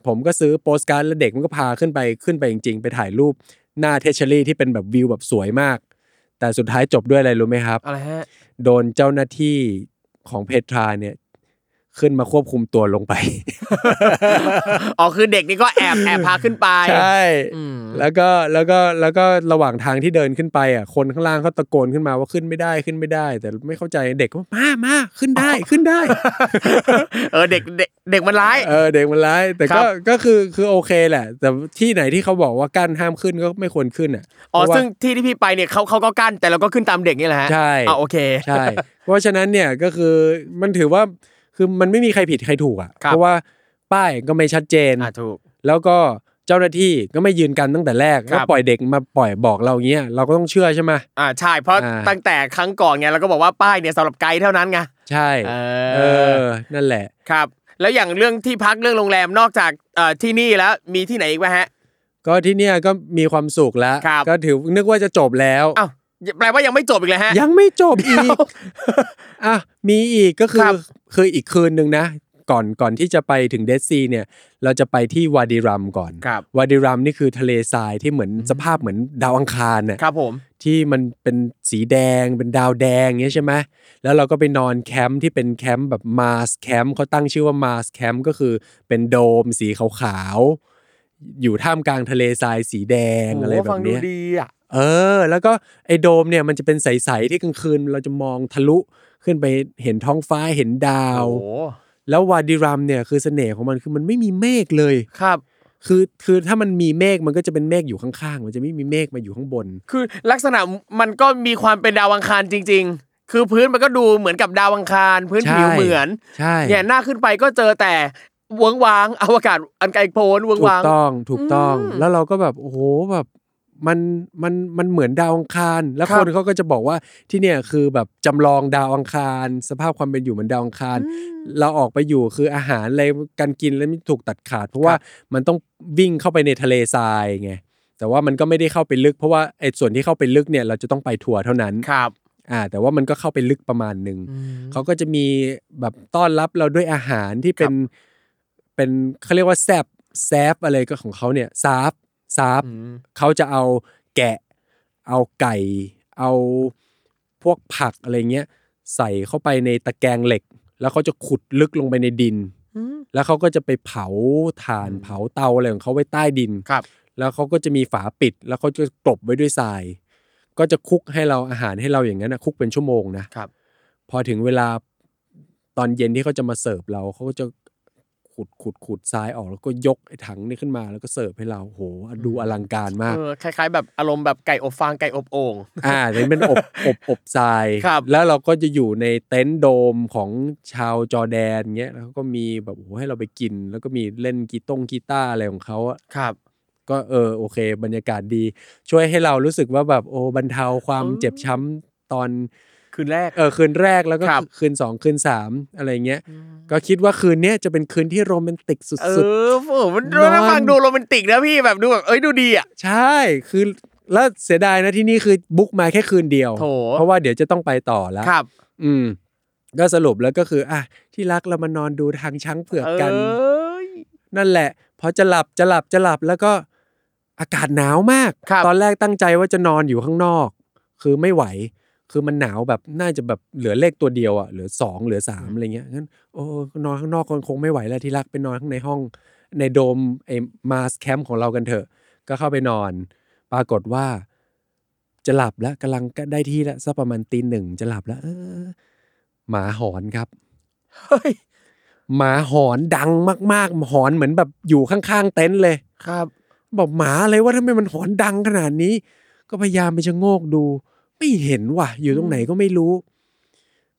ผมก็ซื้อโปสการ์ดแล้วเด็กมันก็พาขึ้นไปขึ้นไปจริงๆ ไปถ่ายรูปหน้าเทชเชอรี่ที่เป็นแบบวิวแบบสวยมาก แต่สุดท้ายจบด้วยอะไรรู้ไหมครับ อะไร [LAUGHS] ฮะ โดนเจ้าหน้าที่ของเพทราเนี่ย ขึ้นมาควบคุมตัวลงไป อ๋อคือเด็กนี่ก็แอบแอบพาขึ้นไป ใช่ อืม แล้วก็แล้วก็แล้วก็ระหว่างทางที่เดินขึ้นไปอ่ะคนข้างล่างเขาตะโกนขึ้นมาว่าขึ้นไม่ได้ขึ้นไม่ได้ แต่ไม่เข้าใจเด็กก็มามาขึ้น [LAUGHS] ได้ขึ้นได้ เออเด็กเด็กเด็กมันร้าย เออเด็กมันร้ายแต่ ครั ก็ บ ก็คือคือโอเคแหละ แต่ที่ไหนที่เขาบอกว่ากั้นห้ามขึ้นก็ไม่ควรขึ้นอ่ะ อ๋อ เพราะว่า ซึ่งที่ที่พี่ไปเนี่ยเขาเขาก็กั้นแต่เราก็ขึ้นตามเด็กนี่แหละฮะ ใช่ อ่ะโอเค ใช่ เพราะฉะนั้นเนี่ยก็คือมันถือว่าคือมันไม่มีใครผิดใครถูกอ่ะ ครับ เพราะว่าป้ายก็ไม่ชัดเจน อ่ะถูก แล้วก็เจ้าหน้าที่ก็ไม่ยืนกันตั้งแต่แรก ครั ก็ บ ปล่อยเด็กมาปล่อยบอกเราอย่างเงี้ยเราก็ต้องเชื่อใช่ไหม อ่าใช่เพราะ อ่า ตั้งแต่ครั้งก่อนไงเราก็บอกว่าป้ายเนี่ยสำหรับไกด์เท่านั้นไง ใช่ เอ เอ อ อนั่นแหละ ครับ แล้วอย่างเรื่องที่พักเรื่องโรงแรมนอกจากเอ่อที่นี่แล้วมีที่ไหนอีกไหมฮะ ก็ที่เนี่ยก็มีความสุขแล้ว ครับ ก็ถือนึกว่าจะจบแล้ว อ้าวแปลว่ายังไม่จบอีกเลยฮะ ยังไม่จบอีกอ่ะมีอีกก็คื ค อ รับ คืออีกคืนหนึ่งนะ ก่อนก่อนที่จะไปถึงเดซีเนี่ย เราจะไปที่วาดิรัมก่อน ครับ วาดิรัมนี่คือทะเลทรายที่เหมือนสภาพเหมือนดาวอังคารน่ะ ครับผม ที่มันเป็นสีแดงเป็นดาวแดงเงี้ยใช่ไหมแล้วเราก็ไปนอนแคมป์ที่เป็นแคมป์แบบมาสแคมป์เขาตั้งชื่อว่ามาสแคมป์ก็คือเป็นโดมสีขาวๆอยู่ท่ามกลางทะเลทรายสีแดง โอ้โห อะไรแบ ฟั บ ดู เนี้ย ดีอ่ะ เออ แล้วก็ไอ้โดมเนี่ยมันจะเป็นใส ๆ ที่กลางคืนเราจะมองทะลุขึ้นไปเห็นท้องฟ้าเห็นดาว โอ้โห แล้ววาดิรัมเนี่ยคือเสน่ห์ของมันคือมันไม่มีเมฆเลย ครับ คือคือถ้ามันมีเมฆมันก็จะเป็นเมฆอยู่ข้าง ๆ มันจะไม่มีเมฆมาอยู่ข้างบน คือลักษณะมันก็มีความเป็นดาวอังคารจริง ๆ คือพื้นมันก็ดูเหมือนกับดาวอังคาร พื้นผิว ใช่ เหมือน ใช่ เนี่ยหน้าขึ้นไปก็เจอแต่เวิงวางอวกาศอันไกลโพ้นเวิง ถูก วาง ต้องถูกต้อง อืม แล้วเราก็แบบโอ้โหแบบมันมันมันเหมือนดาวอังคาร แล้ว ครั ค บ นเขาก็จะบอกว่าที่เนี่ยคือแบบจำลองดาวอังคาร สภาพความเป็นอยู่เหมือนดาวอังคาร เราออกไปอยู่คืออาหารอะไรการกินแล้วไม่ถูกตัดขาด เพราะว่ามันต้องวิ่งเข้าไปในทะเลทรายไงแต่ว่ามันก็ไม่ได้เข้าไปลึก เพราะว่าไอ้ส่วนที่เข้าไปลึกเนี่ยเราจะต้องไปทัวร์เท่านั้น ครับ อ่าแต่ว่ามันก็เข้าไปลึกประมาณหนึ่ง เขา เขาก็จะมีแบบต้อนรับเราด้วยอาหารที่เป็นเป็นเขาเรียกว่าแซบแซบอะไรก็ของเขาเนี่ยซาฟซาฟเขาจะเอาแกะ เอาไก่ เอาพวกผักอะไรเงี้ยใส่เข้าไปในตะแกรงเหล็ก แล้วเขาจะขุดลึกลงไปในดิน แล้วเขาก็จะไปเผาถ่าน อืม เผาเตาอะไรของเขาไว้ใต้ดิน ครับ แล้วเขาก็จะมีฝาปิด แล้วเขาจะกลบไว้ด้วยทราย ก็จะคลุกให้เราอาหารให้เราอย่างนั้นนะคลุกเป็นชั่วโมงนะครับ พอถึงเวลาตอนเย็นที่เขาจะมาเสิร์ฟเราเขาก็จะขุดขุดขุดทรายออกแล้วก็ยกไอ้ถังนี่ขึ้นมาแล้วก็เสิร์ฟให้เราโหดูอลังการมาก เออคล้าย ๆ แบบอารมณ์แบบไก่อบฟางไก่อบโอ่ง อ่านี่เป็นอบ [LAUGHS] อบอบทราย ครับ แล้วเราก็จะอยู่ในเต็นท์โดมของชาวจอร์แดนเงี้ยแล้วก็มีแบบโอ้โหให้เราไปกิน แล้วก็มีเล่นกีตงกีตาร์อะไรของเขาอะ ครับ ก็เออโอเค บรรยากาศดี ช่วยให้เรารู้สึกว่าแบบโอ้บรรเทาความ อืม เจ็บช้ำตอน คืนแรก เออคืนแรกแล้วก็ ครับ คืนสองคืนสามอะไรเงี้ยก็คิดว่าคืนเนี้ยจะเป็นคืนที่โรแมนติกสุ เอ ด อโอ้โหมัน นอน ฟังดูโรแมนติกนะพี่แบบดูแบบเอ้ยดูดีอ่ะ ๆ ใช่คือแล้วเสียดายนะที่นี่คือบุ๊กมาแค่คืนเดียว โถ เพราะว่าเดี๋ยวจะต้องไปต่อแล้ว ครับ อืม ก็สรุปแล้วก็คืออ่ะที่รักเรามานอนดูทางช้างเผือกกัน เอ้ย นั่นแหละ พอจะหลับจะหลับจะหลับแล้วก็อากาศหนาวมาก ครับ ตอนแรกตั้งใจว่าจะนอนอยู่ข้างนอก คือไม่ไหว คือมันหนาวแบบน่าจะแบบเหลือเลขตัวเดียวอ่ะเหลือสองเหลือสามอะไรเงี้ยงั้นโอ้นอนข้างนอกคนคงไม่ไหวแล้วที่รักไปนอนข้างในห้อง ในโดมไอ้มาสแคมป์ของเรากันเถอะ ก็เข้าไปนอน ปรากฏว่า จะหลับแล้วกำลังก็ได้ที่แล้วสักประมาณตีหนึ่งจะหลับแล้วเออหมาหอนครับ เฮ้ย หมาหอนดังมากๆ หอนเหมือนแบบอยู่ข้างๆเต็นท์เลย ครับ บอกหมาเลยว่าทำไมมันหอนดังขนาดนี้ ก็พยายามไปชะโงกดู ไม่เห็นว่ะ อยู่ตรงไหนก็ไม่รู้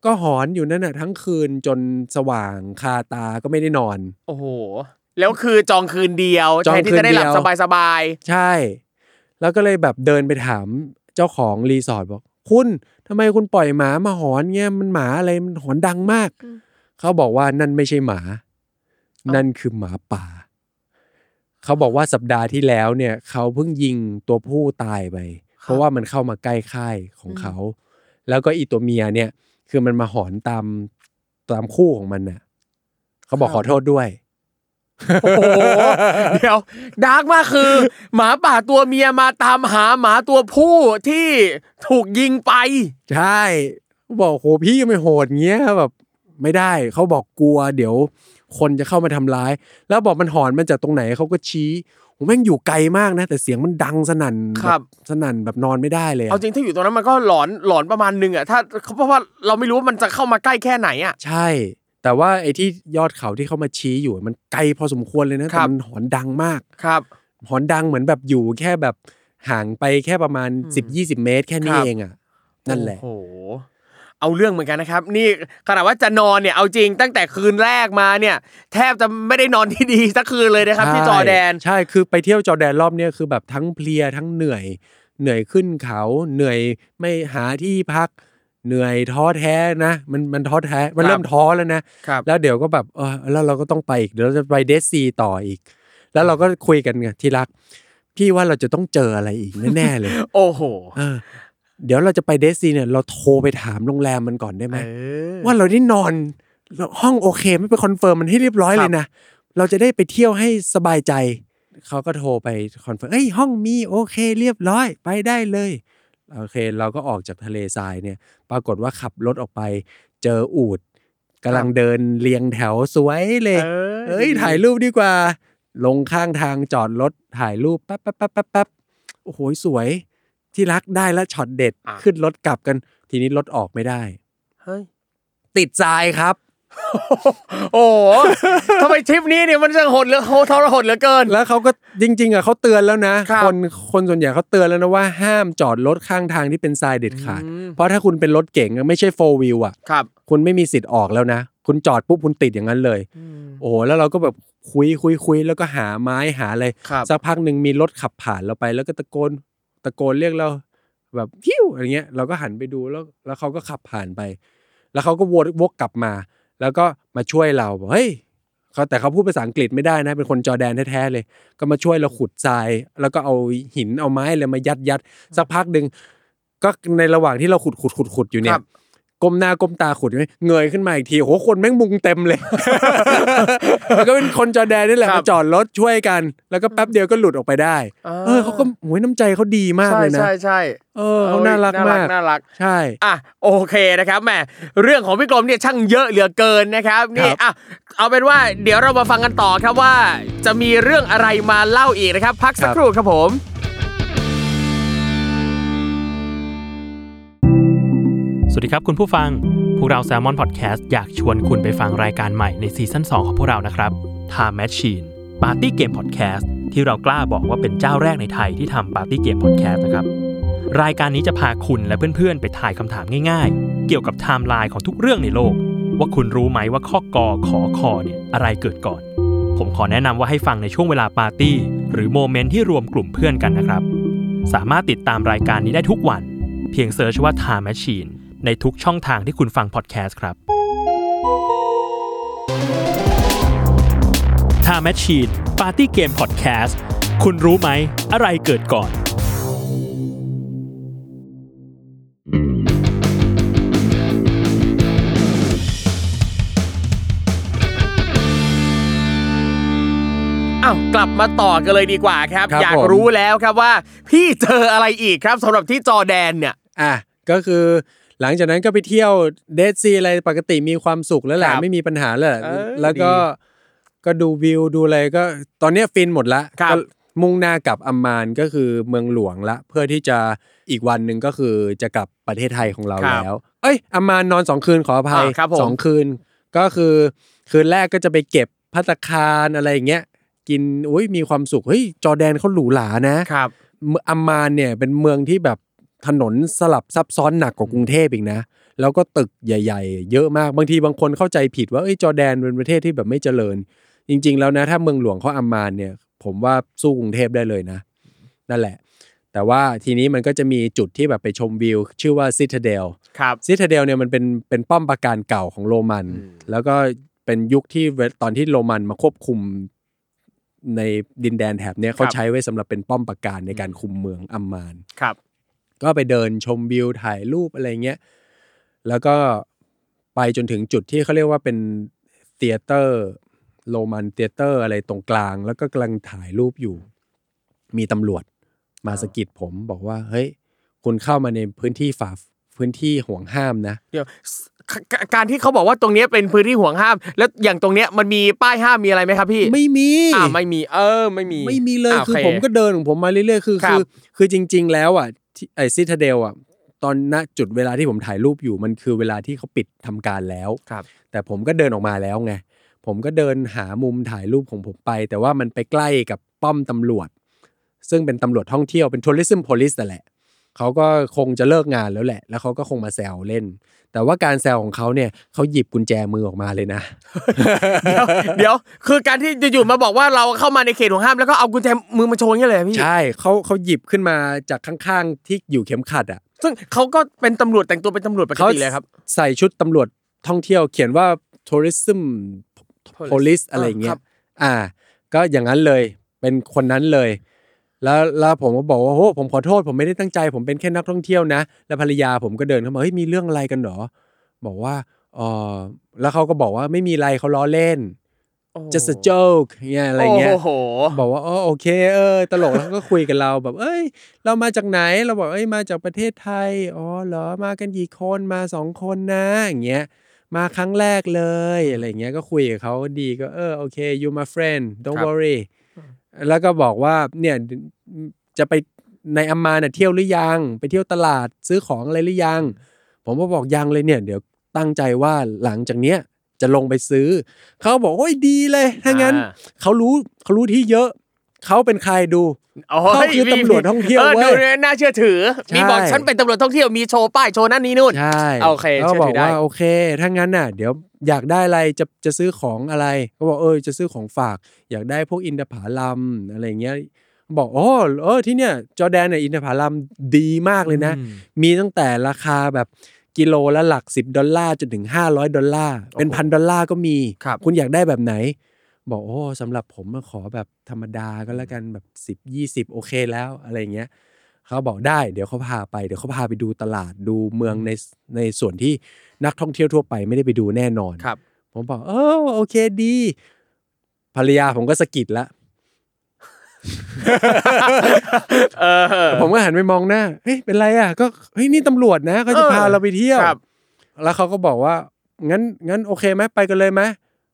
ก็หอนอยู่นั่นน่ะ ทั้งคืนจนสว่างคาตาก็ไม่ได้นอน โอ้โห แล้วคือจองคืนเดียว จอง แทนที่ คืน จะได้หลับ เดียว สบายสบาย ใช่ แล้วก็เลยแบบเดินไปถามเจ้าของรีสอร์ทบอก คุณทำไมคุณปล่อยหมามาหอนเงี้ยมันหมาอะไรมันหอนดังมาก อืม เขาบอกว่านั่นไม่ใช่หมา นั่นคือหมาป่า เขาบอกว่าสัปดาห์ที่แล้วเนี่ย เขาเพิ่งยิงตัวผู้ตายไป เพราะว่ามันเข้ามาใกล้ค่ายของเขา แล้วก็อีตัวเมียเนี่ย คือมันมาหอนตามตามคู่ของมันน่ะ เขาบอกขอโทษด้วย ๆ โอ้โห เดี๋ยวดาร์กมากคือ หมาป่าตัวเมียมาตามหาหมาตัวผู้ที่ถูกยิงไป ใช่บอกโหพี่ไม่โหดเงี้ยแบบไม่ได้เขาบอกกลัว เดี๋ยว คนจะเข้ามาทำร้าย แล้วบอกมันหอนมันจากตรงไหนเขาก็ชี้ผมแม่งอยู่ไกลมากนะ แต่เสียงมันดังสนั่น ครับ แสนั่นแบบนอนไม่ได้เลยอะ เอาจริงถ้าอยู่ตรงนั้นมันก็หลอนหลอนประมาณหนึงอ่ะถ้าเพราะว่าเราไม่รู้ว่ามันจะเข้ามาใกล้แค่ไหนอ่ะ ใช่ แต่ว่าไอ้ที่ยอดเขาที่เขามาชี้อยู่มันไกลพอสมควรเลยนะ ค แต่ รับ มันหอนดังมาก ครับ หอนดังเหมือนแบบอยู่แค่แบบห่างไปแค่ประมาณ อืม 10-20 เมตร แค่นี้ ครับ เองอ่ะนั่นแหละ โอ้โห เอาเรื่องเหมือนกันนะครับ นี่ขนาดว่าจะนอนเนี่ยเอาจริงตั้งแต่คืนแรกมาเนี่ย แทบจะไม่ได้นอนที่ดีสักคืนเลยนะครับที่จอร์แดน ใช่ คือไปเที่ยวจอร์แดนรอบเนี้ยคือแบบทั้งเพลียทั้งเหนื่อย เหนื่อยขึ้นเขา เหนื่อยไม่หาที่พัก เหนื่อยท้อแท้นะ มันมันท้อแท้ มัน ครับ เริ่มท้อแล้วนะ ครับ แล้วเดี๋ยวก็แบบเออแล้วเราก็ต้องไปอีก เดี๋ยวเราจะไปเดซีต่ออีก แล้วเราก็คุยกันไงที่รัก พี่ว่าเราจะต้องเจออะไรอีกแน่ๆเลย โอ้โห เออ เดี๋ยวเราจะไปเดซีเนี่ย เราโทรไปถามโรงแรมมันก่อนได้ไหม เออ ว่าเราได้นอนแล้วห้องโอเคไม่ไปคอนเฟิร์มมันให้เรียบร้อย ครับ เลยนะ เราจะได้ไปเที่ยวให้สบายใจ เขาก็โทรไปคอนเฟิร์มเอ้ยห้องมีโอเค เรียบร้อยไปได้เลยโอเค เราก็ออกจากทะเลทรายเนี่ย ปรากฏว่าขับรถออกไป เจออูดกำลังเดินเรียงแถวสวยเลย เอ้ยถ่ายรูปดีกว่า ลงข้างทางจอดรถถ่ายรูปแป๊บแป๊บแป๊บแป๊บแป๊บโอ้โหสวยที่รักได้แล้วช็อตเด็ด อ่ะ ขึ้นรถกลับกัน ทีนี้รถออกไม่ได้ เฮ้ย ติดทรายครับ โอ้โห ทำไมทริปนี้เนี่ยมันจะหดเหลือโหทรหดเหลือเกิน แล้วเขาก็จริง ๆอ่ะเขาเตือนแล้วนะ ครับ คนคนส่วนใหญ่เขาเตือนแล้วนะว่าห้ามจอดรถข้างทางที่เป็นทรายเด็ดขาด อืม เพราะถ้าคุณเป็นรถเก๋งอะไม่ใช่โฟล์วิวอ่ะ ครับ คุณไม่มีสิทธิ์ออกแล้วนะ คุณจอดปุ๊บคุณติดอย่างนั้นเลย โอ้โหแล้วเราก็แบบคุยคุยคุยแล้วก็หาไม้หาอะไร ครับ สักพักหนึ่งมีรถขับผ่านเราไป แล้วก็ตะโกนตะโกนเรียกเรา แบบพิ้วอะไรเงี้ย เราก็หันไปดูแล้ว แล้วเขาก็ขับผ่านไป แล้วเขาก็วนวกกลับมา แล้วก็มาช่วยเราบอกเฮ้ยเขาแต่เขาพูดภาษาอังกฤษไม่ได้นะ เป็นคนจอร์แดนแท้ๆเลย ก็มาช่วยเราขุดทราย แล้วก็เอาหินเอาไม้อะไรมายัดยัดสักพักหนึ่งก็ในระหว่างที่เราขุดขุดขุดขุดอยู่เนี่ ครั ย บ ก้มหน้าก้มตาขุดอยู่เงยขึ้นมาอีกทีโหคนแม่งมุงเต็ม [LAUGHS] เลย แล้วก็เป็นคนจอร์แดนนี่แหละ ครับ มาจอดรถช่วยกัน แล้วก็แป๊บเดียวก็หลุดออกไปได้ เออเขาก็โหยน้ำใจเขาดีมาก ใช่ เลยนะ ใช่ใช่ เออเขาน่ารักมาก น่ารัก ใช่ อ่ะโอเคนะครับแหมเรื่องของพี่กรมเนี่ยช่างเยอะเหลือเกินนะครับนี่ ครับ อ่ะเอาเป็นว่าเดี๋ยวเรามาฟังกันต่อครับว่า จะมีเรื่องอะไรมาเล่าอีกนะครับ พักสัก ครับ ครู่ครับผม สวัสดีครับคุณผู้ฟัง พวกเรา s ซ l m o n Podcast อยากชวนคุณไปฟังรายการใหม่ในซีซั่น2 ของพวกเรานะครับ Time Machine Party Game Podcast ที่เรากล้าบอกว่าเป็นเจ้าแรกในไทยที่ทำ Party Game Podcast นะครับ รายการนี้จะพาคุณและเพื่อนๆ ไปถ่ายคำถามง่ายๆ เกี่ยวกับไทม์ไลน์ของทุกเรื่องในโลก ว่าคุณรู้ไหมว่าข้อกอขอคอเนี่ยอะไรเกิดก่อน ผมขอแนะนำว่าให้ฟังในช่วงเวลาปาร์ตี้ หรือโมเมนต์ที่รวมกลุ่มเพื่อนกันนะครับ สามารถติดตามรายการนี้ได้ทุกวัน เพียงเซิร์ชว่า Time Machine ในทุกช่องทางที่คุณฟังพอดแคสต์ครับ Time Machine Party Game Podcast คุณรู้ไหม อะไรเกิดก่อน ค อ้าวกลับมาต่อกันเลยดีกว่าครับ ครับ อยาก ผม รู้แล้วครับว่า พี่เจออะไรอีกครับสำหรับที่จอร์แดนเนี่ย อ่ะก็คือหลังจากนั้นก็ไปเที่ยวเดซีอะไรปกติมีความสุขแล้วแหละ ครับ ไม่มีปัญหาแล้วแหละ เออ แล้วก็ก็ดูวิวดูอะไรก็ตอนเนี้ยฟินหมดละ ครับ ก็มุ่งหน้ากลับอัมมานก็คือเมืองหลวงละ เพื่อที่จะอีกวันหนึ่งก็คือจะกลับประเทศไทยของเรา ครับ แล้ว เอ้ยอัมมานนอนสองคืนขออภัย อ่าครับผม สองคืน ก็คือคืนแรกก็จะไปเก็บพัตตาคารอะไรอย่างเงี้ยกินอุ้ยมีความสุขเฮ้ยจอร์แดนเขาหรูหรานะ ครับ เมืองอัมมานเนี่ยเป็นเมืองที่แบบถนนสลับซับซ้อนหนักกว่ากรุงเทพอีกนะ แล้วก็ตึกใหญ่ ๆ เยอะมากบางทีบางคนเข้าใจผิดว่าเอ้ยจอร์แดนเป็นประเทศที่แบบไม่เจริญ จริง ๆ แล้วนะถ้าเมืองหลวงเขาอัมมานเนี่ย ผมว่าสู้กรุงเทพได้เลยนะ นั่นแหละ แต่ว่าทีนี้มันก็จะมีจุดที่แบบไปชมวิว ชื่อว่าซิ t าเดล ครับ ซิตาเดลเนี่ยมันเป็นเป็นป้อมปราการเก่าของโรมัน อืม แล้วก็เป็นยุคที่เวตอนที่โรมันมาควบคุมในดินแดนแถบเนี่ยเขาใช้ไว้สำหรับเป็นป้อมปราการในการคุมเมืองอัมมาน ครับ ก็ไปเดินชมวิวถ่ายรูปอะไรเงี้ย แล้วก็ไปจนถึงจุดที่เขาเรียกว่าเป็นเตียเตอร์โรมันเตียเตอร์อะไรตรงกลาง แล้วก็กำลังถ่ายรูปอยู่ มีตำรวจมาสะกิดผมบอกว่า เฮ้ย คุณเข้ามาในพื้นที่ฝ่าพื้นที่ห่วงห้ามนะ เดี๋ยวกกการที่เขาบอกว่าตรงเนี้ยเป็นพื้นที่ห่วงห้าม แล้วอย่างตรงเนี้ยมันมีป้ายห้ามมีอะไรไหมครับพี่ ไม่มี อ่าไม่มีเออไม่มี ไม่มีเลย า คือ โ ผมก็เดินของผมมาเรื่อยๆคือ ครั คื บ อคือจริง ๆ แล้วอ่ะที่ไอซิตาเดลอ่ะตอนณจุดเวลาที่ผมถ่ายรูปอยู่มันคือเวลาที่เขาปิดทำการแล้ว ครับ แต่ผมก็เดินออกมาแล้วไงผมก็เดินหามุมถ่ายรูปของผมไป แต่ว่ามันไปใกล้กับป้อมตำรวจ ซึ่งเป็นตำรวจท่องเที่ยวเป็นทัวริซึมโพลิสแต่นแหละเขาก็คงจะเลิกงานแล้วแหละ แล้วเขาก็คงมาแซวเล่น แต่ว่าการแซวของเขาเนี่ยเขาหยิบกุญแจมือออกมาเลยนะ เดี๋ยว [LAUGHS] เดี๋ยวคือการที่จะอยู่ๆมาบอกว่าเราเข้ามาในเขตห่วงห้ามแล้วก็เอากุญแจมือมาโชว์อย่างเงี้ยเลยเหรอพี่ ใช่เขาเขาหยิบขึ้นมาจากข้างๆที่อยู่เข็มขัดอ่ะ ซึ่งเขาก็เป็นตำรวจแต่งตัวเป็นตำรวจปกติเลยครับ ใส่ชุดตำรวจท่องเที่ยวเขียนว่า tourism police อะไรอย่างเงี้ ครั ย บ อ่า ก็อย่างนั้นเลยเป็นคนนั้นเลย แล้วแล้วผมก็บอกว่าโอ้ผมขอโทษ ผมไม่ได้ตั้งใจ ผมเป็นแค่นักท่องเที่ยวนะ แล้วภรรยาผมก็เดินเข้ามาเฮ้ยมีเรื่องอะไรกันเหรอ บอกว่าเออแล้วเขาก็บอกว่าไม่มีอะไรเขาล้อเล่น just a joke เงี้ยอะไรเงี้ย โอ้โห บอกว่าอ๋อโอเคเออตลกแล้วก็คุยกับเราแบบ เอ้ย เรามาจากไหนเราบอกเอ้ยมาจากประเทศไทยอ๋อเหรอมากันกี่คนมาสองคนนะอย่างเงี้ยมาครั้งแรกเลยอะไรอย่างเงี้ยก็คุยกับเขาดีก็เออโอเค you my friend ค don't รับ worry แล้วก็บอกว่าเนี่ยจะไปในอัมมาน่ะเที่ยวหรือยัง ไปเที่ยวตลาดซื้อของอะไรหรือยัง ผมก็บอกยังเลยเนี่ย เดี๋ยวตั้งใจว่าหลังจากเนี้ยจะลงไปซื้อ เขาบอกโอ้ยดีเลยถ้างั้น อ่า เขารู้เขารู้ที่เยอะ เขาเป็นใครดู โอ้ เขา ย คือ มี ตำรวจท่องเที่ยว เออ เว้ย ดูเนี่ยน่าเชื่อถือ ใช่ มีบอกฉันเป็นตำรวจท่องเที่ยวมีโชว์ป้ายโชว์นั่นนี่นู่น ใช่ โอเค ขา เชื่ บ อ อ ถื ก อได้ ว่าโอเค ถ้างั้นน่ะ เดี๋ยวอยากได้อะไรจะจะซื้อของอะไรเขาบอกเออจะซื้อของฝาก อยากได้พวกอินทผลัมอะไรเงี้ย บอกอ๋อเออที่เนี่ยจอร์แดนเนี่ยอินทผลัมดีมากเลยนะ อืม มีตั้งแต่ราคาแบบกิโลละหลัก 10 ดอลลาร์จนถึง 500 ดอลลาร์ เป็นพันดอลลาร์ก็มี ครับ ณอยากได้แบบไหน บอกโอ้สำหรับผมขอแบบธรรมดาก็แล้วกันแบบ 10 20 โอเคแล้วอะไรอย่างเงี้ยเขาบอกได้เดี๋ยวเขาพาไปเดี๋ยวเขาพาไปดูตลาดดูเมืองในในส่วนที่นักท่องเที่ยวทั่วไปไม่ได้ไปดูแน่นอน ครับ ผมบอกเออโอเคดี ภรรยาผมก็สะกิดละ เออ ผมก็หันไปมองหน้า เฮ้ย เป็นไรอ่ะ ก็ เฮ้ย นี่ตำรวจนะเขาจะ เออ พาเราไปเที่ยว ครับ แล้วเขาก็บอกว่า งั้น งั้นโอเคไหมไปกันเลยไหม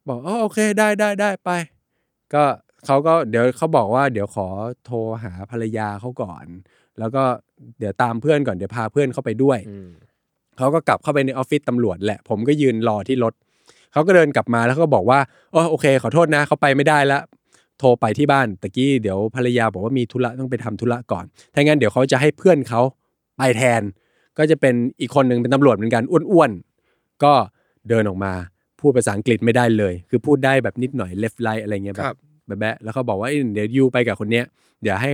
บอกอ๋อโอเค ได้ได้ได้ไป ก็เขาก็ เดี๋ยวเขาบอกว่า เดี๋ยวขอโทรหาภรรยาเขาก่อน แล้วก็เดี๋ยวตามเพื่อนก่อน เดี๋ยวพาเพื่อนเข้าไปด้วย เขาก็กลับเข้าไปในออฟฟิศตำรวจแหละ ผมก็ยืนรอที่รถ เขาก็เดินกลับมาแล้วก็บอกว่าอ๋อโอเค ขอโทษนะเขาไปไม่ได้ละ โทรไปที่บ้านตะกี้เดี๋ยวภรรยาบอกว่ามีธุระต้องไปทำธุระก่อน ถ้างั้นเดี๋ยวเขาจะให้เพื่อนเขาไปแทน ก็จะเป็นอีกคนหนึ่งเป็นตำรวจเหมือนกันอ้วนๆ ก็เดินออกมา พูดภาษาอังกฤษไม่ได้เลย คือพูดได้แบบนิดหน่อย left right อะไรเงี้ยแบ ครับ บแบะๆแล้วเขาบอกว่าเอ้ยเดี๋ยวยูไปกับคนเนี้ยเดี๋ยวให้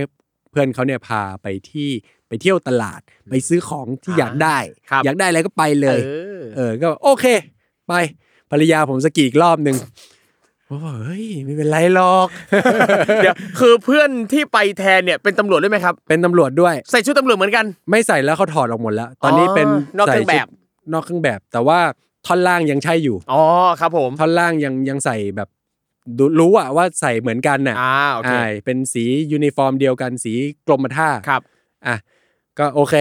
เพื่อนเขาเนี่ยพาไปที่ไปเที่ยวตลาด ไปซื้อของที่อยากได้ ครับ อยากได้อะไรก็ไปเล เอย อ เออ ก็บอกโอเค ไป ภรรยาผมสกีอีกรอบหนึ่งผมบอกเฮ้ย ไม่เป็นไรหรอก [LAUGHS] เดี๋ยวคือเพื่อนที่ไปแทนเนี่ยเป็นตำรวจด้วยไหมครับ เป็นตำรวจด้วย ใส่ชุดตำรวจเหมือนกัน ไม่ใส่แล้วเขาถอดออกหมดแล้ว ตอนนี้เป็น นอกเครื่อง ใส่ชุแบบ ดนอกเครื่องแบบ แต่ว่าท่อนล่างยังใช่อยู่ อ๋อครับผม ท่อนล่างยังยังใส่แบบ ดูรู้อะว่าใส่เหมือนกันน่ะ อ่าโอเค ใช่เป็นสียูนิฟอร์มเดียวกันสีกรมท่า ครับ อ่ะก็โอเค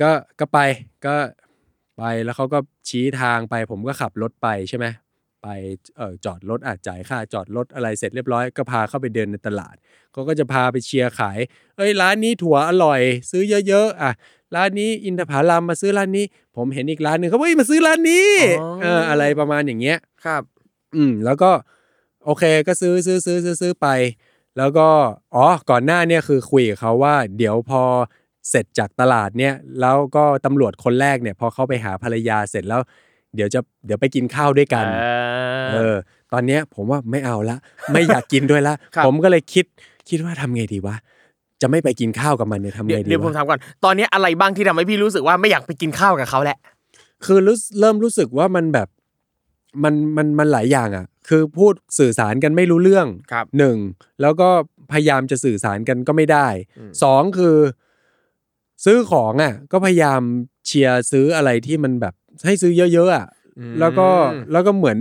ก็ก็ไปก็ไปแล้วเขาก็ชี้ทางไป ผมก็ขับรถไปใช่ไหมไปเออจอดรถอาจจ่ายค่าจอดรถอะไรเสร็จเรียบร้อยก็พาเข้าไปเดินในตลาดเขาก็จะพาไปเชียร์ขาย เอ้ยร้านนี้ถั่วอร่อย ซื้อเยอะๆอ่ะ ร้านนี้อินทผลัมมาซื้อร้านนี้ ผมเห็นอีกร้านหนึ่งเขาบอกเฮ้ยมาซื้อร้านนี้เอออะไรประมาณอย่างเงี้ย ครับ อืมแล้วก็โอเคก็ซื้อซื้อซื้อซื้อซื้อไป แล้วก็อ๋อก่อนหน้าเนี่ยคือคุยกับเขาว่า เดี๋ยวพอเสร็จจากตลาดเนี่ยแล้วก็ตำรวจคนแรกเนี่ย พอเขาไปหาภรรยาเสร็จแล้ว เดี๋ยวจะเดี๋ยวไปกินข้าวด้วยกัน เออ เออ ตอนเนี้ยผมว่าไม่เอาละ ไม่อยากกินด้วยละ ครับ ผมก็เลยคิดคิดว่าทำไงดีวะจะไม่ไปกินข้าวกับมันเนี่ยทำ เดี๋ยว ไงดี เดี๋ยวผม วะ ถามก่อน ตอนนี้อะไรบ้างที่ทำให้พี่รู้สึกว่าไม่อยากไปกินข้าวกับเขาแหละ คือรู้เริ่มรู้สึกว่ามันแบบมันมันมันหลายอย่างอ่ะ คือพูดสื่อสารกันไม่รู้เรื่อง ครับ หนึ่งแล้วก็พยายามจะสื่อสารกันก็ไม่ได้ อืม สองคือ ซื้อของอ่ะ ก็พยายามเชียร์ซื้ออะไรที่มันแบบให้ซื้อเยอะๆอ่ะแล้วก็แล้วก็เหมือน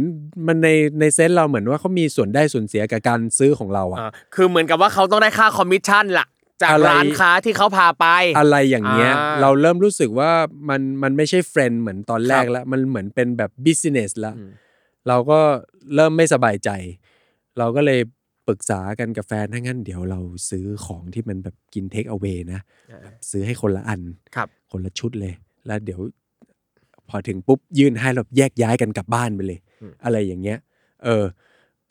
มันในในเซนส์เราเหมือนว่าเขามีส่วนได้ส่วนเสียกับการซื้อของเราอ่ะ อ่าคือเหมือนกับว่าเขาต้องได้ค่าคอมมิชชั่นล่ะ จาก อะไร ร้านค้าที่เขาพาไป อะไรอย่างเงี้ย อ่า เราเริ่มรู้สึกว่ามันมันไม่ใช่เฟรนด์เหมือนตอนแรกแล้วมันเหมือนเป็นแบบบิสเนสละ อืม เราก็เริ่มไม่สบายใจ เราก็เลยปรึกษากันกับแฟนถ้างั้นเดี๋ยวเราซื้อของที่มันแบบกินเทคเอา a y นะ ซื้อให้คนละอัน ครับ คนละชุดเลย แล้วเดี๋ยว พอถึงปุ๊บยื่นให้เราแยกย้ายกันกลับบ้านไปเลย อืม อะไรอย่างเงี้ย เออ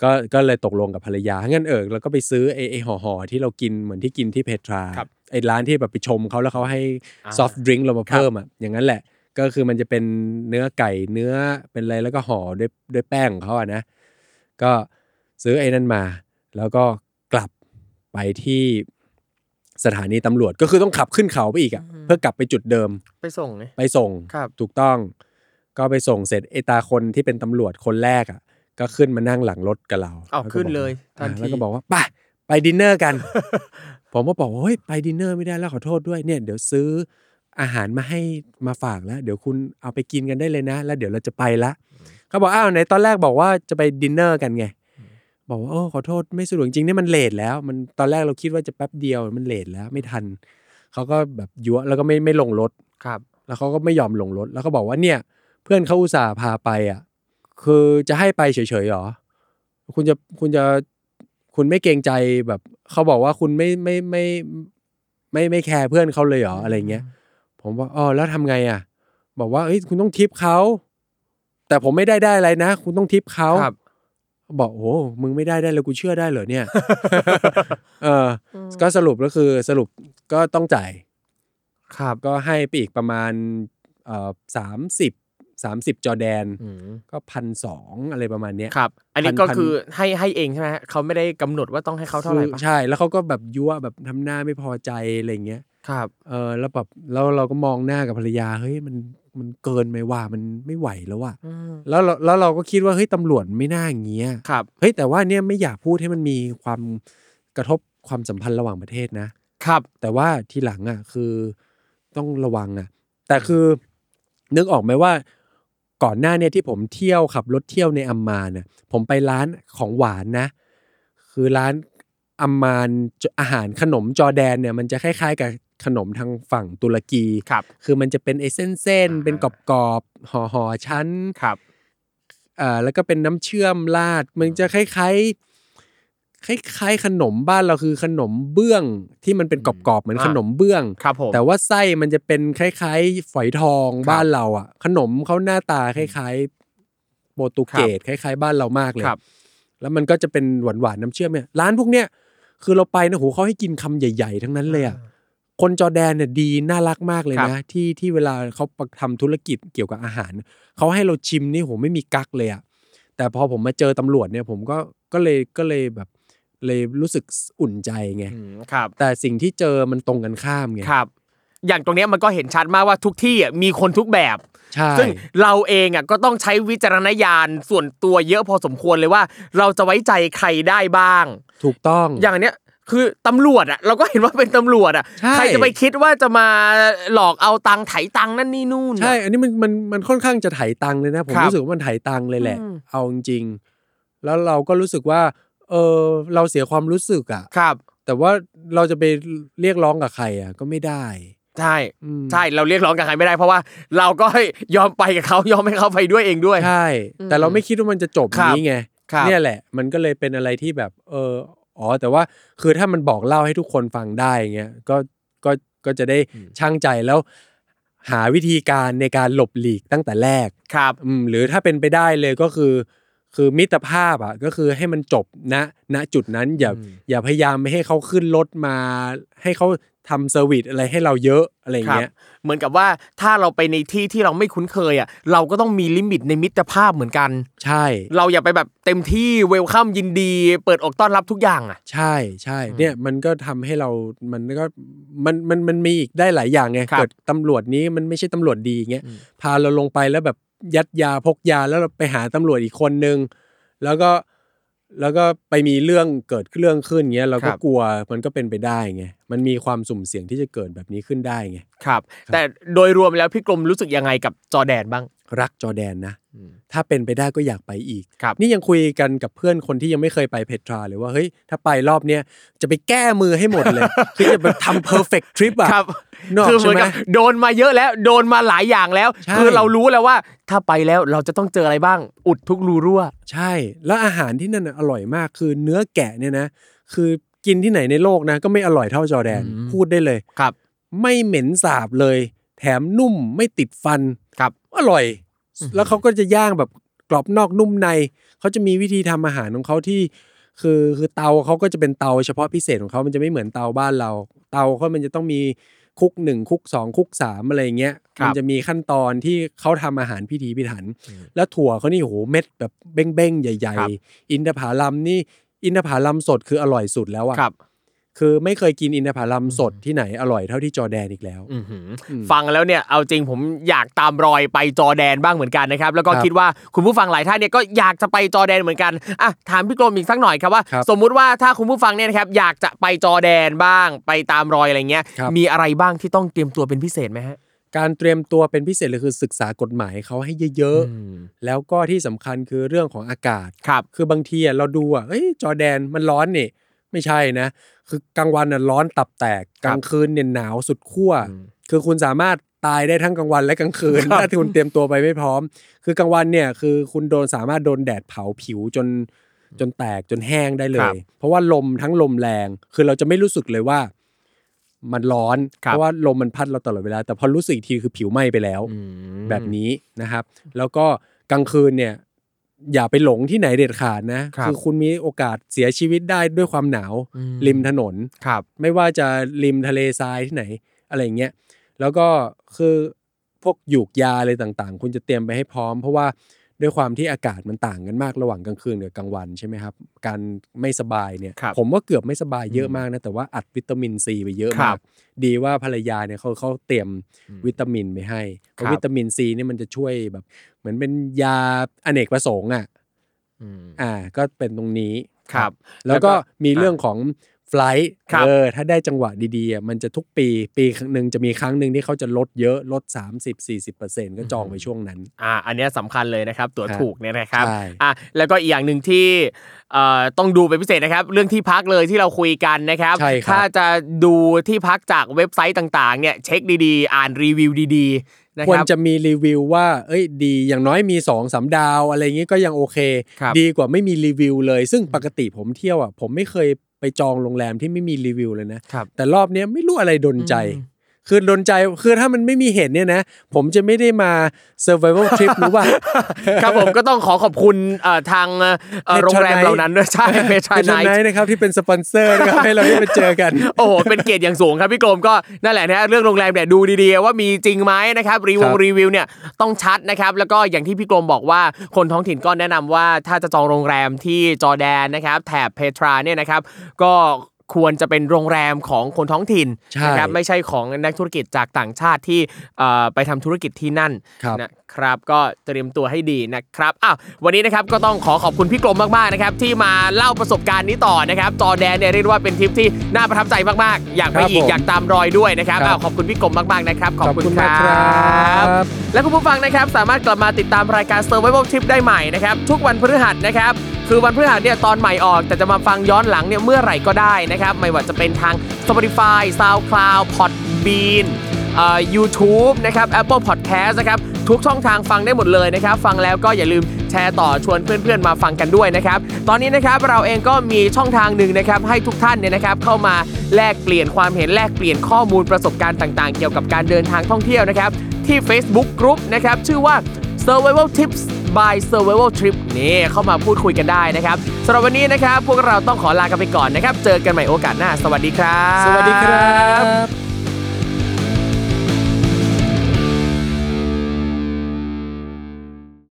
ก็ก็เลยตกลงกับภรรยางั้นเออเราก็ไปซื้อไอ้ไอ้ห่อห่อที่เรากินเหมือนที่กินที่เพตรา ครับ ไอ้ร้านที่แบบไปชมเขาแล้วเขาให้ อ่า ซอฟต์ดริงก์เรามาเพิ่มอ่ะอย่างนั้นแหละ ก็คือมันจะเป็นเนื้อไก่เนื้อเป็นอะไรแล้วก็ห่อด้วยด้วยแป้งของเขาอ่ะนะ ก็ซื้อไอ้นั่นมา แล้วก็กลับไปที่สถานีตำรวจก็คือต้องขับขึ้นเขาไปอีกอ่ะ อืม เพื่อกลับไปจุดเดิม ไปส่งเลย ไปส่ง ครับ ถูกต้อง ก็ไปส่งเสร็จไอตาคนที่เป็นตำรวจคนแรกอ่ะ ก็ขึ้นมานั่งหลังรถกับเรา เอา แวก็ ขึ้น บอก เลย ว่า ทันที แล้วก็บอกว่าไปไปดินเนอร์กัน [LAUGHS] ผมก็บอกว่าเฮ้ยไปดินเนอร์ไม่ได้แล้วขอโทษด้วยเนี่ย เดี๋ยวซื้ออาหารมาให้มาฝากแล้ว เดี๋ยวคุณเอาไปกินกันได้เลยนะ แล้วเดี๋ยวเราจะไปละเขาบอกอ้าวไหนตอนแรกบอกว่าจะไปดินเนอร์กันไง บอกว่าโอ้ขอโทษไม่สะดวกจริงๆนี่มันเลทแล้ว มันตอนแรกเราคิดว่าจะแป๊บเดียวมันเลทแล้วไม่ทันเขาก็แบบยั่วแล้วก็ไม่ไม่ลงรถ ครับ แล้วเขาก็ไม่ยอมลงรถ แล้วก็บอกว่าเนี่ย เพื่อนเขาอุตส่าห์พาไปอ่ะ คือจะให้ไปเฉยๆหรอ คุณจะคุณจะคุณไม่เกรงใจแบบ เขาบอกว่าคุณไม่ไม่ไม่ไม่ไม่แคร์เพื่อนเขาเลยเหรออะไรเงี้ย ผมว่าอ๋อแล้วทำไงอ่ะ บอกว่าเอ้ยคุณต้องทิปเขาแต่ผมไม่ได้ได้อะไรนะ คุณต้องทิปเขา ครับ บอกโอ้มึงไม่ได้ได้แล้วกูเชื่อได้เหรอ [LAUGHS] เนี่ย เออ ก็สรุปก็คือสรุปก็ต้องจ่าย ครับ ก็ให้ไปอีกประมาณเอ่อสามสิบสามสิบจอร์แดน ก็พันสองอะไรประมาณเนี้ย ครับ อันนี้ พัน ก็ พัน คือให้ให้เองใช่ไหมฮะเขาไม่ได้กำหนดว่าต้องให้เขาเท่าไหร่ คือ ปะ ใช่ แล้วเขาก็แบบยั่วแบบทำหน้าไม่พอใจอะไรอย่างเงี้ย ครับ เออแล้วแบบแล้วเราก็มองหน้ากับภรรยาเฮ้ยมันมันเกินไหมว่ามันไม่ไหวแล้วอะ อืม แล้วเราแล้วเราก็คิดว่าเฮ้ยตำรวจไม่น่าอย่างเงี้ย ครับ เฮ้ยแต่ว่าเนี่ยไม่อยากพูดให้มันมีความกระทบความสัมพันธ์ระหว่างประเทศนะ ครับ แต่ว่าทีหลังอ่ะคือต้องระวังอ่ะ แต่คือนึกออกไหมว่าก่อนหน้าเนี่ยที่ผมเที่ยวขับรถเที่ยวในอัมมานน่ะผมไปร้านของหวานนะ คือร้านอัมมานจอาหารขนมจอร์แดนเนี่ยมันจะคล้ายๆ กับขนมทางฝั่งตุรกี ครับ คือมันจะเป็นไอเส้นเส้นๆเป็นกรอบๆห่อๆชั้น ครับ อ่าแล้วก็เป็นน้ำเชื่อมราดมันจะคล้ายๆ คล้ายๆ ขนมบ้านเราคือขนมเบื้องที่มันเป็นกรอบๆเหมือน อ่า ขนมเบื้อง ครับผม แต่ว่าไส้มันจะเป็นคล้ายๆ ฝอยทองบ้านเราอ่ะ ขนมเขาหน้าตาคล้ายๆโปรตุเกสคล้ายๆ บ้านเรามากเลย ครับ แล้วมันก็จะเป็นหวานๆน้ำเชื่อมเนี่ยร้านพวกเนี้ยคือเราไปนะโหเขาให้กินคำใหญ่ ๆ ทั้งนั้นเลยอ่ะคนจอร์แดนเนี่ยดีน่ารักมากเลยนะที่ที่เวลาเขาทำธุรกิจเกี่ยวกับอาหาร เขาให้เราชิมนี่ผมไม่มีกักเลยอะแต่พอผมมาเจอตำรวจเนี่ยผมก็ก็เลยก็เลยแบบเลยรู้สึกอุ่นใจไง อืมครับ แต่สิ่งที่เจอมันตรงกันข้ามไง ครับ อย่างตรงเนี้ยมันก็เห็นชัดมากว่าทุกที่อ่ะมีคนทุกแบบ ใช่ ซึ่งเราเองอ่ะก็ต้องใช้วิจารณญาณส่วนตัวเยอะพอสมควรเลยว่า เราจะไว้ใจใครได้บ้าง ถูกต้อง อย่างเนี้ยคือตำรวจอ่ะเราก็เห็นว่าเป็นตำรวจอ่ะ ใช่ ใครจะไปคิดว่าจะมาหลอกเอาตังค์ไถตังค์นั่นนี่นู่นอะ ใช่ อันนี้มันมันมันค่อนข้างจะไถตังค์เลยนะ ผม ครับ รู้สึกว่ามันไถตังค์เลยแหละ อืม เอาจริง แล้วเราก็รู้สึกว่าเออเราเสียความรู้สึกอะ ครับ แต่ว่าเราจะไปเรียกร้องกับใครอะก็ไม่ได้ ใช่ อืม ใช่เราเรียกร้องกับใครไม่ได้เพราะว่า เราก็ยอมไปกับเขายอมให้เขาไปด้วยเองด้วย ใช่ อืม แต่เราไม่คิดว่ามันจะจบ ครับ นี้ไง ครับ เนี่ยแหละมันก็เลยเป็นอะไรที่แบบ เอออ๋อแต่ว่าคือถ้ามันบอกเล่าให้ทุกคนฟังได้เงี้ยก็ก็ก็จะได้ช่างใจแล้ว หาวิธีการในการหลบหลีกตั้งแต่แรก ครับ อืมหรือถ้าเป็นไปได้เลยก็คือ คือมิตรภาพอ่ะก็คือให้มันจบณณจุดนั้นอย่า อืม อย่าพยายามไม่ให้เขาขึ้นรถมา ให้เขาทำเซอร์วิสอะไรให้เราเยอะอะไร ครับ เงี้ย เหมือนกับว่าถ้าเราไปในที่ที่เราไม่คุ้นเคยอ่ะเราก็ต้องมีลิมิตในมิตรภาพเหมือนกัน ใช่ เราอย่าไปแบบเต็มที่เวลคัมยินดี เปิดอกต้อนรับทุกอย่างอ่ะ ใช่ใช่ อืม เนี่ยมันก็ทำให้เรามันก็มันมันมันมีอีกได้หลายอย่างไง ครับ เกิดตำรวจนี้มันไม่ใช่ตำรวจดีเงี้ย อืม พาเราลงไปแล้วแบบยัดยาพกยาแล้วเราไปหาตำรวจอีกคนนึงแล้วก็แล้วก็ไปมีเรื่องเกิดเรื่องขึ้นเงี้ยเราก็กลัวมันก็เป็นไปได้ไงมันมีความสุ่มเสี่ยงที่จะเกิดแบบนี้ขึ้นได้ไง ครับ แต่โดยรวมแล้วพี่กลมรู้สึกยังไงกับจอร์แดนบ้าง รักจอร์แดนนะ อืม ถ้าเป็นไปได้ก็อยากไปอีก ครับ นี่ยังคุยกันกับเพื่อนคนที่ยังไม่เคยไปเพตราเลยว่า เฮ้ย ถ้าไปรอบเนี้ยจะไปแก้มือให้หมด [LAUGHS] เลย คือจะแบบทำ perfect trip อะ ครับ นกออก คือเหมื ใช่ อน ไหม กับโดนมาเยอะแล้ว โดนมาหลายอย่างแล้ว ใช่ คือเรารู้แล้วว่าถ้าไปแล้วเราจะต้องเจออะไรบ้าง อุดทุกรูรั่ว ใช่ แล้วอาหารที่นั่นน่ะอร่อยมาก คือเนื้อแกะเนี่ยนะ คือกินที่ไหนในโลกนะ ก็ไม่อร่อยเท่าจอร์แดน อืม พูดได้เลย ครับ ไม่เหม็นสาบเลย แถมนุ่มไม่ติดฟัน ครับ อร่อย อืม แล้วเขาก็จะย่างแบบกรอบนอกนุ่มใน เขาจะมีวิธีทำอาหารของเขาที่ คือคือเตาเขาก็จะเป็นเตาเฉพาะพิเศษของเขา มันจะไม่เหมือนเตาบ้านเรา เตาเขามันจะต้องมีคุกหนึ่งคุกสองคุกสามอะไรอย่างเงี้ย ครับ มัจะมีขั้นตอนที่เขาทำอาหารพิธีพิถัน อืม แล้วถั่วเขานี่โอ้โหเม็ดแบบเบ้งๆ ใหญ่ ครับ ๆ อินทผลัมนี่อินทผลัมสดคืออร่อยสุดแล้วอะ ครับ คือไม่เคยกินอินทผลัมสดที่ไหนอร่อยเท่าที่จอร์แดนอีกแล้ว อื้อหืออ ม ฟังแล้วเนี่ยเอาจริงผมอยากตามรอยไปจอร์แดนบ้างเหมือนกันนะครับ แล้วก็ ครับ คิดว่าคุณผู้ฟังหลายท่านเนี่ยก็อยากจะไปจอร์แดนเหมือนกันอ่ะถามพี่กรมอีกสักหน่อยครับว่า ครับ สมมุติว่าถ้าคุณผู้ฟังเนี่ยนะครับอยากจะไปจอร์แดนบ้าง ไปตามรอยอะไรเงี้ย ครับ มีอะไรบ้างที่ต้องเตรียมตัวเป็นพิเศษไหมฮะ การเตรียมตัวเป็นพิเศษเลยคือศึกษากฎหมายเขาให้เยอะๆ แล้วก็ที่สำคัญคือเรื่องของอากาศ ครับ คือบางทีอะเราดูอ่ะเอ้ยจอร์แดนมันร้อนนี่ ไม่ใช่นะ คือกลางวันน่ะร้อนตับแตก ค ก รับ ลางคืนเนี่ยหนาวสุดขั้ว อืม คือคุณสามารถตายได้ทั้งกลางวันและกลางคืน ถ้าคุณเตรียมตัวไปไม่พร้อม คือกลางวันเนี่ยคือคุณโดนสามารถโดนแดดเผาผิวจนจนแตกจนแห้งได้เล ครั ย บ เพราะว่าลมทั้งลมแรง คือเราจะไม่รู้สึกเลยว่า มันร้อน ครับ เพราะว่าลมมันพัดเราตลอดเวลา แต่พอรู้สึกอีกทีคือผิวไหม้ไปแล้ว แบบนี้นะครับ แล้วก็กลางคืนเนี่ย อย่าไปหลงที่ไหนเด็ดขาดนะครับ อคุณมีโอกาสเสียชีวิตได้ด้วยความหนาว อืม ริมถนน ครับ ไม่ว่าจะริมทะเลทรายที่ไหน อะไรอย่างเงี้ยแล้วก็คือพวกหยูกยาอะไรต่างๆ คุณจะเตรียมไปให้พร้อม เพราะว่าด้วยความที่อากาศมันต่างกันมากระหว่างกลางคืนกับกลางวันใช่ไหมครับ การไม่สบายเนี่ย ครับ ผมว่าเกือบไม่สบายเยอะมากนะแต่ว่าอัดวิตามินซีไปเยอะ ครั มาก บ ดีว่าภรรยาเนี่ยเขาเขาเตรียม อืม วิตามินไปให้เพ ครั ราะ บ วิตามินซีเนี่ยมันจะช่วยแบบเหมือนเป็นยาอเนกประสงค์อ่ะอ่า ก็เป็นตรงนี้ ครับ แล้วก็ แล้วก็ มีเรื่องของไฟลท์ ครับ เออถ้าได้จังหวะดีๆอ่ะมันจะทุกปีปีหนึ่งจะมีครั้งหนึ่งที่เขาจะลดเยอะลด 30-40%ก็จองไปช่วงนั้น อ่าอันเนี้ยสำคัญเลยนะครับ ตั๋ว ครับ ถูกเนี่ยนะครับ ใช่ อ่ะแล้วก็อีกอย่างหนึ่งที่เอ่อต้องดูเป็นพิเศษนะครับ เรื่องที่พักเลยที่เราคุยกันนะครับ ใช่ครับ ถ้าจะดูที่พักจากเว็บไซต์ต่างๆเนี่ยเช็คดีๆ อ่านรีวิวดีๆนะ คว ค ร รับ จะมีรีวิวว่า เอ้ยดีอย่างน้อยมี2อสามดาวอะไรอย่างงี้ก็ยังโอเค ครับ ดีกว่าไม่มีรีวิวเลย ซึ่งปกติผมเที่ยวอ่ะผมไม่เคยไปจองโรงแรมที่ไม่มีรีวิวเลยนะ ครับ แต่รอบเนี้ยไม่รู้อะไรดนใจ อืม คือดนใจคือถ้ามันไม่มีเหตุเนี่ยนะ ผมจะไม่ได้มา survival trip หรือว่า ครับผมก็ต้องขอขอบคุณเอ่อทางเอ่อโรงแรม Patronite เหล่านั้นด้วย [LAUGHS] ใช่เพทรา เป็น ไน ไนท์นะครับที่เป็นสปอนเซอร์นะครับให้เราได้มาเจอกัน โอ้โหเป็นเกียรติอย่างสูงครับพี่กรมก็นั่นแหละนะฮะเรื่องโรงแรมเนี่ยดูดีๆ ว่ามีจริงไหมนะครับรีว ค ง รับ รีวิวเนี่ยต้องชัดนะครับแล้วก็อย่างที่พี่กรมบอกว่าคนท้องถิ่นก็แนะนำว่าถ้าจะจองโรงแรมที่จอร์แดนนะครับแถบเพทราเนี่ยนะครับก็ควรจะเป็นโรงแรมของคนท้องถิ่น ใช่ นะครับไม่ใช่ของนักธุรกิจจากต่างชาติที่เอ่อไปทำธุรกิจที่นั่น ครับ นะครับก็เตรียมตัวให้ดีนะครับอ้าววันนี้นะครับก็ต้องขอขอบคุณพี่กรมมากๆนะครับที่มาเล่าประสบการณ์นี้ต่อนะครับจอแดนเนี่ยเรียกได้ว่าเป็นทริปที่น่าประทับใจมากๆ อยากไปอี ครับกผม อยากตามรอยด้วยนะครับ ครับ อ้าวขอบคุณพี่กรมมากๆนะครับขอบคุณค มากค รั รับ บ และคุณผู้ฟังนะครับสามารถกลับมาติดตามรายการ Survival Trip ได้ใหม่นะครับทุกวันพฤหัสนะครับ คือวันพฤหัสเนี่ยตอนใหม่ออก แต่จะมาฟังย้อนหลังเนี่ยเมื่อไหร่ก็ได้นะครับ ไม่ว่าจะเป็นทาง Spotify SoundCloud Podbean เอ่อ YouTube นะครับ Apple Podcast นะครับ ทุกช่องทางฟังได้หมดเลยนะครับ ฟังแล้วก็อย่าลืมแชร์ต่อชวนเพื่อนๆมาฟังกันด้วยนะครับ ตอนนี้นะครับเราเองก็มีช่องทางหนึ่งนะครับ ให้ทุกท่านเนี่ยนะครับเข้ามาแลกเปลี่ยนความเห็นแลกเปลี่ยนข้อมูลประสบการณ์ต่างๆ เกี่ยวกับการเดินทางท่องเที่ยวนะครับ ที่ Facebook Group นะครับ ชื่อว่า Survival Tips by Survival Trip นี่เข้ามาพูดคุยกันได้นะครับสำหรับวันนี้นะครับ พวกเราต้องขอลากันไปก่อนนะครับ เจอกันใหม่โอกาสหน้า สวัสดีครับ สวัสดีครับ